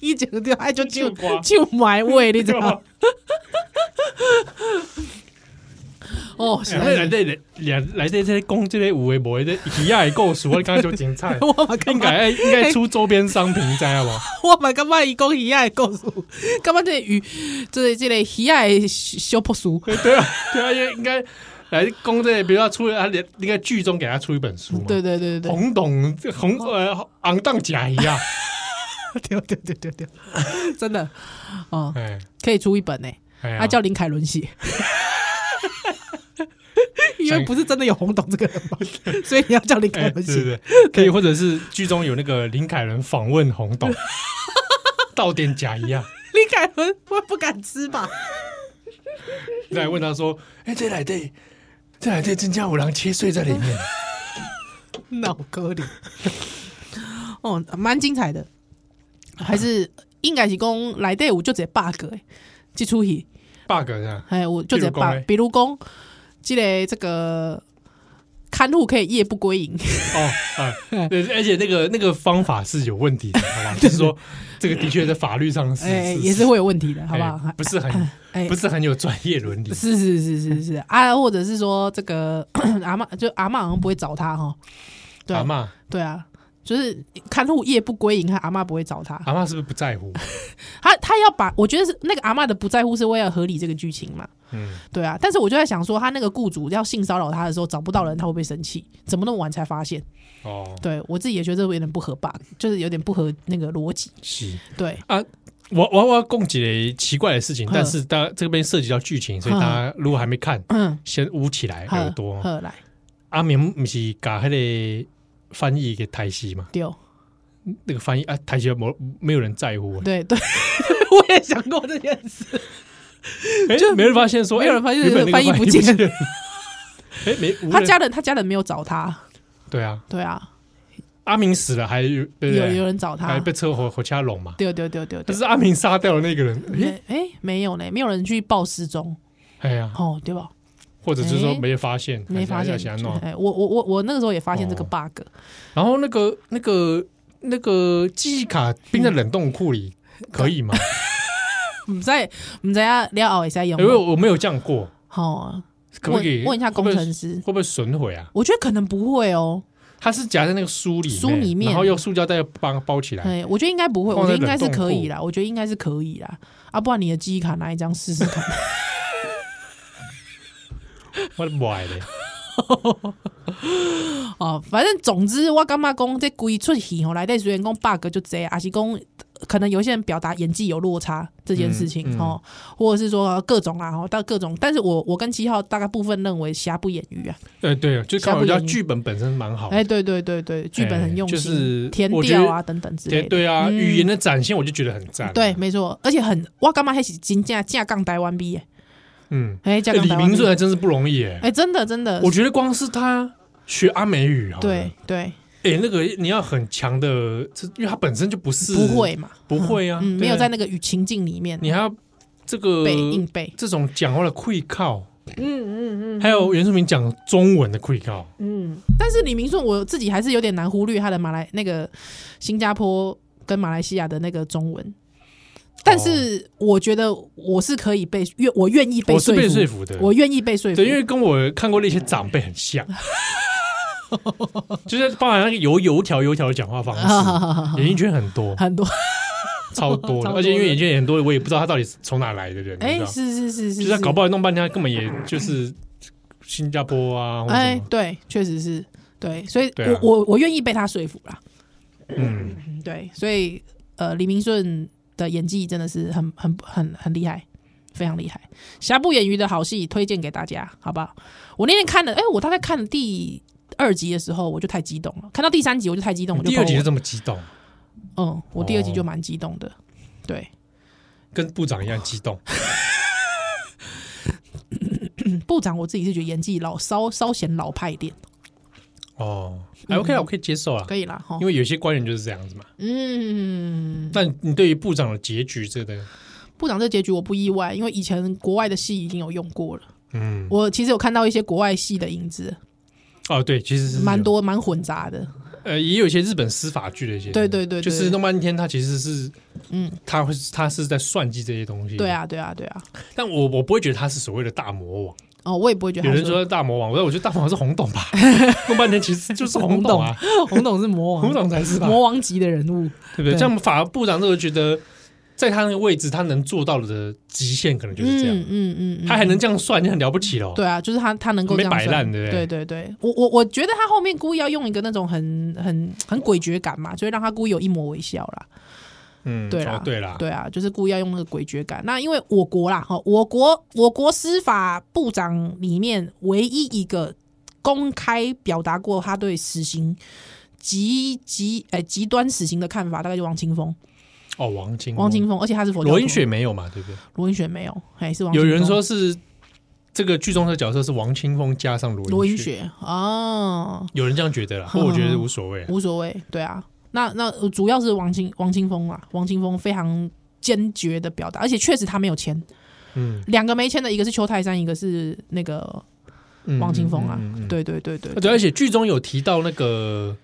Speaker 4: 以前就爱就就
Speaker 3: 唱歌
Speaker 4: 就埋位，你知
Speaker 3: [laughs]
Speaker 4: 道吗？哦，是。
Speaker 3: 哎咱来这来来来这这讲这个有的无的这鱼仔的故事，我感觉就精彩
Speaker 4: [laughs] [laughs] 我嘛感
Speaker 3: 应
Speaker 4: 觉
Speaker 3: 该哎应该出周边商品，知道
Speaker 4: [laughs]
Speaker 3: 无？
Speaker 4: 我嘛感觉伊讲鱼仔的故事，感觉这个鱼，这个这个鱼仔的小朴素，
Speaker 3: 对啊，对啊，应该来公这个，比如说出他连那个剧中给他出一本书嘛，
Speaker 4: 对对对对对，
Speaker 3: 红董红呃昂荡甲一样，
Speaker 4: [laughs] 对对对对对，真的哦，
Speaker 3: 哎，
Speaker 4: 可以出一本呢，
Speaker 3: 哎呀
Speaker 4: 啊叫林凯伦
Speaker 3: [laughs]
Speaker 4: 写，因为不是真的有红董这个人嘛，所以你要叫林凯
Speaker 3: 哎，
Speaker 4: 伦
Speaker 3: 对
Speaker 4: [laughs] 写，
Speaker 3: 对对，可以，或者是剧中有那个林凯伦访问红董， [laughs] 到点甲一样，
Speaker 4: 林凯伦会不敢吃吧？
Speaker 3: 来问他说，
Speaker 5: 哎，这来对，这来对，真正有人切碎在里
Speaker 4: [laughs]
Speaker 5: 面。
Speaker 4: 脑壳里。哦，蛮精彩的，还是应该是讲来底有就这 bug 诶，这出戏
Speaker 3: bug 这样，
Speaker 4: 还有就这
Speaker 3: 比如讲
Speaker 4: bug，
Speaker 3: 呢
Speaker 4: 比如讲，这个这个看护可以夜不
Speaker 3: [laughs]
Speaker 4: 归营，
Speaker 3: 哦，哎，对，而且那个那个方法是有问题的，好
Speaker 4: [laughs]
Speaker 3: 吧？就是说，这个的确在法律上是
Speaker 4: 哎，也是会有问题的，好不好
Speaker 3: 哎？不是很
Speaker 4: 哎
Speaker 3: 不是很有专业伦理，
Speaker 4: [laughs] 是是是是是啊，或者是说这个阿嬷就阿嬷好像不会找他哈，对
Speaker 3: 阿妈
Speaker 4: 对啊，就是看护夜不归营，他阿嬷不会找他，
Speaker 3: 阿妈是不是不在乎？
Speaker 4: 他他要把，我觉得是那个阿嬷的不在乎是为了合理这个剧情嘛，
Speaker 3: 嗯，
Speaker 4: 对啊。但是我就在想说，他那个雇主要性骚扰他的时候找不到人，他会不会生气？怎么那么晚才发现？
Speaker 3: 哦，
Speaker 4: 对我自己也觉得这有点不合 bug，就是有点不合那个逻辑。
Speaker 3: 是
Speaker 4: 对，
Speaker 3: 啊。我我我要供几个奇怪的事情
Speaker 4: 嗯，
Speaker 3: 但是大家这边涉及到剧情，所以
Speaker 4: 嗯
Speaker 3: 大家如果还没看，
Speaker 4: 嗯，
Speaker 3: 先捂起来
Speaker 4: 好
Speaker 3: 耳朵。
Speaker 4: 好来
Speaker 3: 阿明不是把那个翻译给台西嘛？
Speaker 4: 丢，
Speaker 3: 那个翻译啊，台西没没有人在乎，啊
Speaker 4: 对对， [laughs] 我也想过这件事。
Speaker 3: 哎，没人发现说，
Speaker 4: 没有人发现
Speaker 3: 哎原本那个
Speaker 4: 翻译
Speaker 3: 译
Speaker 4: 不
Speaker 3: 不
Speaker 4: 见
Speaker 3: 见 [laughs] 了。哎，没无
Speaker 4: 他
Speaker 3: 人
Speaker 4: 家人他家人没有找他，
Speaker 3: 对啊，
Speaker 4: 对啊，
Speaker 3: 阿明死了，还有对
Speaker 4: 有
Speaker 3: 不对
Speaker 4: 有人找他
Speaker 3: 还，被车火火车拢嘛？
Speaker 4: 丢丢丢丢
Speaker 3: 但
Speaker 4: 丢。
Speaker 3: 是阿明杀掉了那个
Speaker 4: [laughs]
Speaker 3: 人，
Speaker 4: 哎哎，没有呢，没有人去报失踪，
Speaker 3: 哎呀，
Speaker 4: 哦，对吧？
Speaker 3: 或者是说
Speaker 4: 哎
Speaker 3: 没发现，
Speaker 4: 没发现
Speaker 3: 想弄。，
Speaker 4: 哎，我我我我那个时候也发现这个
Speaker 3: 哦
Speaker 4: bug，
Speaker 3: 然后那个那个那个记忆卡冰在冷冻库里可以
Speaker 4: [laughs]
Speaker 3: 吗？
Speaker 4: 唔知唔知啊，了后会使用
Speaker 3: 因为。我没有这样过，
Speaker 4: 好，啊
Speaker 3: 可不可以
Speaker 4: 问问一下工程
Speaker 3: 会不
Speaker 4: 师
Speaker 3: 会会不会损毁啊？
Speaker 4: 我觉得可能不会哦。
Speaker 3: 它是夹在那个书里
Speaker 4: 书里面
Speaker 3: 然后用塑胶袋帮它包起来。
Speaker 4: 哎，我觉得应该不会，我
Speaker 3: 放
Speaker 4: 觉
Speaker 3: 在
Speaker 4: 得应该是
Speaker 3: 冷冻
Speaker 4: 可以
Speaker 3: 库
Speaker 4: 啦，我觉得应该是可以啦。啊，不然你的记忆卡拿一张试试看。
Speaker 3: 我的妈嘞！
Speaker 4: 哦，反正总之我感觉讲这规出戏吼，来底虽然讲 bug 就这，啊还是讲呃可能有些人表达演技有落差这件事情
Speaker 3: 嗯嗯
Speaker 4: 哦，或者是说各种啦吼，到各种，但是我我跟七号大概部分认为瑕不掩瑜啊，
Speaker 3: 哎，对，就看我觉
Speaker 4: 瑕不
Speaker 3: 得
Speaker 4: 掩瑜
Speaker 3: 剧本本身蛮好的。
Speaker 4: 哎、对对对对，剧本很用心，
Speaker 3: 哎就是
Speaker 4: 填
Speaker 3: 我觉
Speaker 4: 调啊
Speaker 3: 得
Speaker 4: 等等之类
Speaker 3: 对
Speaker 4: 的，
Speaker 3: 对啊，
Speaker 4: 嗯
Speaker 3: 语言的展现我就觉得很赞。
Speaker 4: 对，没错，而且很我感觉还是真正正杠台湾逼
Speaker 3: 嗯，
Speaker 4: 哎，正
Speaker 3: 哎
Speaker 4: 杠
Speaker 3: 李
Speaker 4: 台湾
Speaker 3: 明
Speaker 4: 逼
Speaker 3: 顺还真是不容易哎。
Speaker 4: 哎，真的真的，
Speaker 3: 我觉得光是他学阿美语啊，
Speaker 4: 对，对
Speaker 3: 哎、那个你要很强的，这因为他本身就不是
Speaker 4: 不会，嘛，
Speaker 3: 不会啊，
Speaker 4: 嗯，
Speaker 3: 对
Speaker 4: 没有在那个语情境里面
Speaker 3: 你还要这个
Speaker 4: 背硬背，
Speaker 3: 这种讲话的会靠，
Speaker 4: 嗯嗯嗯
Speaker 3: 还有原住民讲中文的 quick 告，
Speaker 4: 嗯。但是李明顺我自己还是有点难忽略他的马来那个新加坡跟马来西亚的那个中文，但是我觉得我是可以被愿我愿意被
Speaker 3: 我是
Speaker 4: 说
Speaker 3: 被说
Speaker 4: 服，
Speaker 3: 服的，
Speaker 4: 我愿意被说服，
Speaker 3: 对，因为跟我看过的一些长辈很像，就是包含那个油油条油条的讲话
Speaker 4: [laughs]
Speaker 3: 方式，演艺圈很多，
Speaker 4: [laughs] 很多
Speaker 3: 超多
Speaker 4: [laughs] 超
Speaker 3: 的，
Speaker 4: 多
Speaker 3: 而且因为演艺圈很多，我也不知道他到底是从哪来的人， [laughs] 你
Speaker 4: 哎、
Speaker 3: 知道，
Speaker 4: 是是是是，
Speaker 3: 就是他搞不好弄半天，他根本也就是新加坡啊，或者
Speaker 4: 哎、
Speaker 3: 什么，
Speaker 4: 对，确实是对，所以我、
Speaker 3: 对啊
Speaker 4: 我我愿意被他说服啦。
Speaker 3: 嗯，
Speaker 4: 嗯对，所以呃，李明顺的演技真的是很很很很厉害，非常厉害。瑕不掩瑜的好戏推荐给大家，好不好？我那天看了，哎、我大概看了第二集的时候，我就太激动了，看到第三集我就太激动，我就
Speaker 3: 第二集哦
Speaker 4: 爆
Speaker 3: 就这么激动，
Speaker 4: 嗯，我第二集就蛮激动的，对。
Speaker 3: 跟部长一样激动，
Speaker 4: 部长，我自己是觉得演技老稍稍显老派一点，
Speaker 3: 哦，
Speaker 4: 嗯
Speaker 3: 还 OK 啊，我可以接受啊，
Speaker 4: 可以啦，哈
Speaker 3: 因。为有些官员就是这样子嘛。
Speaker 4: 嗯，
Speaker 3: 那你对于部长的结局这个，
Speaker 4: 部长这结局我不意外，因为以前国外的戏已经有用过了。
Speaker 3: 嗯，
Speaker 4: 我其实有看到一些国外戏的影子，
Speaker 3: 哦，对，其实是
Speaker 4: 蛮
Speaker 3: 有
Speaker 4: 多蛮混杂的。
Speaker 3: 呃，也有一些日本司法剧的一些，
Speaker 4: 对对对对
Speaker 3: 就是弄半天，他其实是，
Speaker 4: 嗯，
Speaker 3: 他会他是在算计这些东西，
Speaker 4: 对，啊，对啊，对啊。
Speaker 3: 但我我不会觉得他是所谓的大魔王，
Speaker 4: 哦，我也不会觉得
Speaker 3: 有
Speaker 4: 他
Speaker 3: 人
Speaker 4: 是
Speaker 3: 说大魔王，我我觉得大魔王是红董
Speaker 4: [laughs]
Speaker 3: 吧，弄半天其实就是红董啊，
Speaker 4: 红董是魔
Speaker 3: 红董才是吧，
Speaker 4: 魔王级的人物。
Speaker 3: 对不对？
Speaker 4: 对
Speaker 3: 像法务部长这个觉得，在他那个位置，他能做到的极限可能就是这
Speaker 4: 嗯
Speaker 3: 样，
Speaker 4: 嗯嗯，嗯
Speaker 3: 他还能这样算，就很了不起了，
Speaker 4: 对啊，就是他他能够这样
Speaker 3: 没摆烂
Speaker 4: 算
Speaker 3: 对不
Speaker 4: 对
Speaker 3: 对
Speaker 4: 对对，我我我觉得他后面故意要用一个那种很很很诡谲感嘛，所以让他故意有一抹微笑啦。
Speaker 3: 嗯，
Speaker 4: 对啦
Speaker 3: 哦对啦，
Speaker 4: 对啊，就是故意要用那个诡谲感。那因为我国啦，哈，我国我国司法部长里面唯一一个公开表达过他对死刑极极呃极端死刑的看法，大概就王清峰。
Speaker 3: 哦，王晶，
Speaker 4: 王清，峰，而且他是佛教徒
Speaker 3: 罗英雪，没有嘛，对不对？
Speaker 4: 罗英雪没有，还是王清
Speaker 3: 有
Speaker 4: 峰。
Speaker 3: 人说是这个剧中的角色是王清风加上罗
Speaker 4: 罗英
Speaker 3: 英，
Speaker 4: 雪哦，
Speaker 3: 有人这样觉
Speaker 4: [laughs]
Speaker 3: 得啦，不过我觉得无所谓啊。
Speaker 4: 无所谓，对啊。那那呃主要是王清王清峰啦，王清峰非常坚决的表达，而且确实他没有签，
Speaker 3: 嗯，
Speaker 4: 两个没签的，一个是邱泰山，一个是那个
Speaker 3: 嗯
Speaker 4: 王清风啊
Speaker 3: 嗯嗯嗯，嗯
Speaker 4: 对对对对，
Speaker 3: 对，而且剧中有提到那个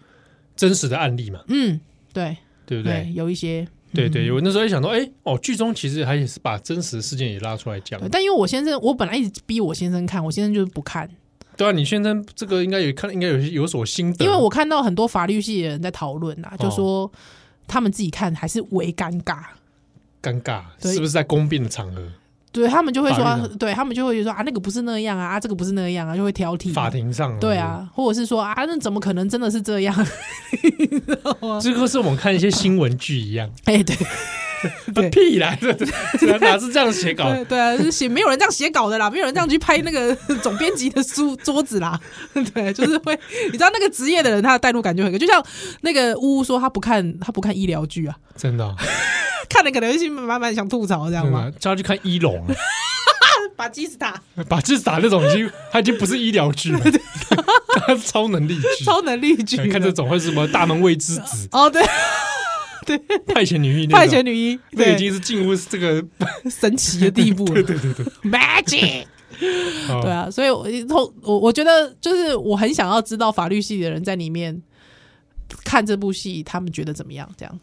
Speaker 3: 真实的案例嘛，
Speaker 4: 嗯，对
Speaker 3: 对不
Speaker 4: 对嗯
Speaker 3: 对？，
Speaker 4: 有一些，
Speaker 3: 对对，我那时候也想到，哎，哦，剧中其实还也是把真实事件也拉出来讲
Speaker 4: 对。但因为我先生，我本来一直逼我先生看，我先生就是不看，
Speaker 3: 对啊，你宣称这个应该有看，应该有有所心得，
Speaker 4: 因为我看到很多法律系的人在讨论啊，
Speaker 3: 哦
Speaker 4: 就说他们自己看还是为尴尬，
Speaker 3: 尴尬
Speaker 4: 对
Speaker 3: 是不是在公辩的场合、
Speaker 4: 对他们就会说
Speaker 3: 法
Speaker 4: 啊
Speaker 3: 律，
Speaker 4: 对他们就会觉得说啊，那个不是那样啊，啊这个不是那样啊，就会挑剔
Speaker 3: 法。庭上？
Speaker 4: 对，啊，或者是说啊，那怎么可能真的
Speaker 3: [laughs]
Speaker 4: 是这样？
Speaker 3: 这个是我们看一些新闻剧一样，啊
Speaker 4: 哎，对 [laughs] 对
Speaker 3: 屁啦，这这哪是这样写稿？
Speaker 4: [laughs] 对对啊，就是写没有人这样写稿的啦，没有人这样去拍
Speaker 3: [laughs]
Speaker 4: 那个总编辑的书桌子啦。对，就是会，你知道那个职业的人，他的代入感就很高。就像那个呜呜说他不看他不看医疗剧啊， [laughs]
Speaker 3: 真的哦、
Speaker 4: 看了可能会心满满想吐槽这样
Speaker 3: 真的
Speaker 4: 嘛。
Speaker 3: 啊，叫他去看一龙、 [laughs] 啊。
Speaker 4: 把基斯塔
Speaker 3: 把这打那种已经，他已经不是医疗剧了， [laughs] 他是超能力剧。
Speaker 4: 超能力剧
Speaker 3: 想， [laughs] 看这种会是什么大门未知
Speaker 4: [laughs]
Speaker 3: 子、
Speaker 4: 哦，对，
Speaker 3: 派遣女医那
Speaker 4: 派
Speaker 3: 种
Speaker 4: 遣，女医，
Speaker 3: 这个已
Speaker 4: 对，
Speaker 3: 经是进入这个
Speaker 4: 神奇的地步
Speaker 3: [laughs]
Speaker 4: 了
Speaker 3: 对对对， [laughs]
Speaker 4: ，magic。
Speaker 3: 哦
Speaker 4: 对，啊，所以我一后我我觉得就是我很想要知道法律系的人在里面看这部戏，他们觉得怎么样？这样，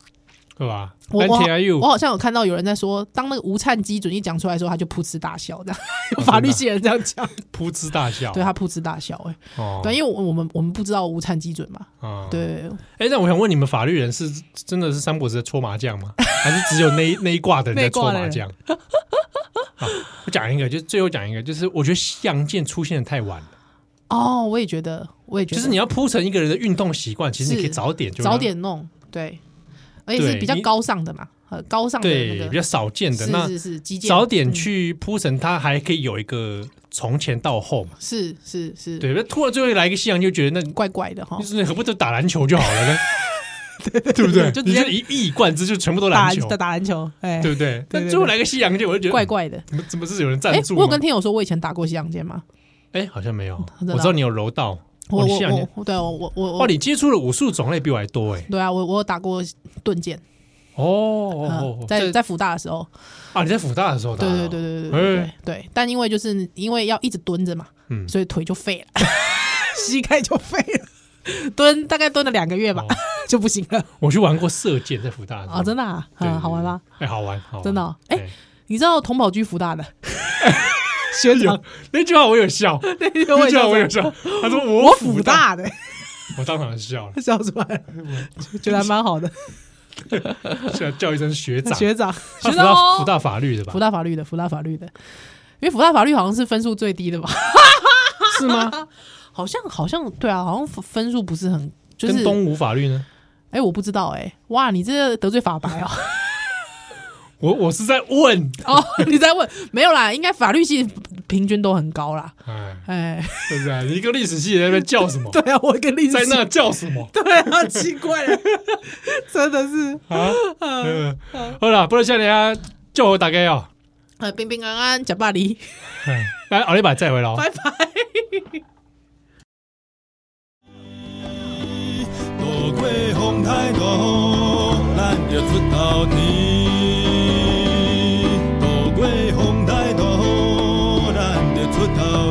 Speaker 3: 对吧？
Speaker 4: 我
Speaker 3: 安
Speaker 4: 我好
Speaker 3: 田 IU
Speaker 4: 我好像有看到有人在说，当那个无灿基准一讲出来的时候，他就噗嗤大笑，这样
Speaker 3: 哦
Speaker 4: 有 [laughs] 法律系人这样讲，
Speaker 3: 噗嗤大笑，
Speaker 4: 对他噗嗤大笑、欸，哎、
Speaker 3: 啊哦，
Speaker 4: 对，因为我我们我们不知道无灿基准嘛，
Speaker 3: 哦，
Speaker 4: 对，
Speaker 3: 哎，那我想问你们，法律人是真的是三国时在搓麻将吗？还是只有那一那一挂的人在搓麻将？ [laughs] 好，我讲一个，就最后讲一个，就是我觉得西洋剑出现的太晚了，
Speaker 4: 哦，我也觉得，我也觉
Speaker 3: 就
Speaker 4: 得，
Speaker 3: 是你要铺成一个人的运动习惯，其实你
Speaker 4: 是
Speaker 3: 可以早点就
Speaker 4: 早
Speaker 3: 让
Speaker 4: 点弄，对，而且是
Speaker 3: 对
Speaker 4: 比较
Speaker 3: 你
Speaker 4: 高尚的嘛，呃，高尚的那
Speaker 3: 对
Speaker 4: 个
Speaker 3: 比较少见的那
Speaker 4: 是是是，基建
Speaker 3: 早点去铺陈，它还可以有一个从前到后嘛。
Speaker 4: 嗯是是是，
Speaker 3: 对，那突然最后来一个夕阳，就觉得那
Speaker 4: 怪怪的哈
Speaker 3: 就，是何不就打篮球就好了呢？对不对？
Speaker 4: 就直
Speaker 3: 你
Speaker 4: 接
Speaker 3: 就一一以贯之，就全部都
Speaker 4: 打
Speaker 3: 篮球，
Speaker 4: 打篮球，哎、
Speaker 3: 对不对？
Speaker 4: 对
Speaker 3: 但最后来个夕阳剑，我就觉得
Speaker 4: 怪，怪的。
Speaker 3: 嗯怎么怎么是有人
Speaker 4: 哎
Speaker 3: 赞，助
Speaker 4: 我有
Speaker 3: 吗？
Speaker 4: 跟听友说，我以前打过西洋剑吗？
Speaker 3: 哎，好像没有，
Speaker 4: 真的啊
Speaker 3: 我知道你有柔道，
Speaker 4: 我
Speaker 3: 哇哦你
Speaker 4: 我
Speaker 3: 夕阳剑，哦
Speaker 4: 我，对我我我
Speaker 3: 哇，
Speaker 4: 我，
Speaker 3: 你接触的武术种类比我还多哎。
Speaker 4: 对啊，我我有打过盾剑，
Speaker 3: 哦哦
Speaker 4: 嗯
Speaker 3: 哦，
Speaker 4: 在在福大的时候，
Speaker 3: 啊，你在辅大的时候打
Speaker 4: 对
Speaker 3: 的
Speaker 4: 对
Speaker 3: 啊，
Speaker 4: 对对对对对对，但因为就是因为要一直蹲着嘛，
Speaker 3: 嗯
Speaker 4: 所以腿就废
Speaker 3: [laughs]
Speaker 4: 了，膝盖就废了，蹲大概蹲了两个月
Speaker 3: 哦
Speaker 4: 吧，就不行了
Speaker 3: 我去玩过射箭，在辅大
Speaker 4: 啊！真
Speaker 3: 的时
Speaker 4: 的啊，
Speaker 3: 候，对
Speaker 4: 嗯，好玩吗？？
Speaker 3: 对对哎，好玩，好玩
Speaker 4: 真的哦哎
Speaker 3: 对
Speaker 4: 你知道同跑居福
Speaker 3: [laughs]
Speaker 4: 大的
Speaker 3: 学长那句话我有
Speaker 4: [laughs]
Speaker 3: 笑，那句话我有笑，他说
Speaker 4: 我
Speaker 3: 辅
Speaker 4: 哦辅，大的
Speaker 3: 我当场笑了，
Speaker 4: [laughs] 笑出来了，觉得还蛮好的，
Speaker 3: 叫啊叫一声学 [laughs] 长，
Speaker 4: 学长
Speaker 3: 他辅
Speaker 4: 学长
Speaker 3: 大辅
Speaker 4: 哦，
Speaker 3: 大法律的吧
Speaker 4: 福？大法律的福大法律的，因为福大法律好像是分数最低 [laughs] 的吧？
Speaker 3: 是吗？
Speaker 4: [laughs] 好像好像对啊，好像分分数不是很就
Speaker 3: 跟
Speaker 4: 是
Speaker 3: 东吴法律呢？
Speaker 4: 哎，我不知道哎，哇，你这得罪法白哦。 [laughs]
Speaker 3: 我我是在问，
Speaker 4: 哦，你在问？没有啦，应该法律系平均都很高啦。
Speaker 3: 哎，
Speaker 4: 哎，
Speaker 3: 对不对？你一个历史系的在那边叫什么？
Speaker 4: [laughs] 对啊，我一个例子
Speaker 3: 在那叫什么
Speaker 4: [laughs] 对啊，奇怪了， [laughs] 真的是
Speaker 3: 啊？嗯好啦，不能像人家叫我大概哦，
Speaker 4: 呃，平平安安，假巴黎，
Speaker 3: 哎来奥利百再回来哦。
Speaker 4: 拜拜。
Speaker 6: 渡过风台大雨，咱就出头天。渡过风台大雨，咱就出头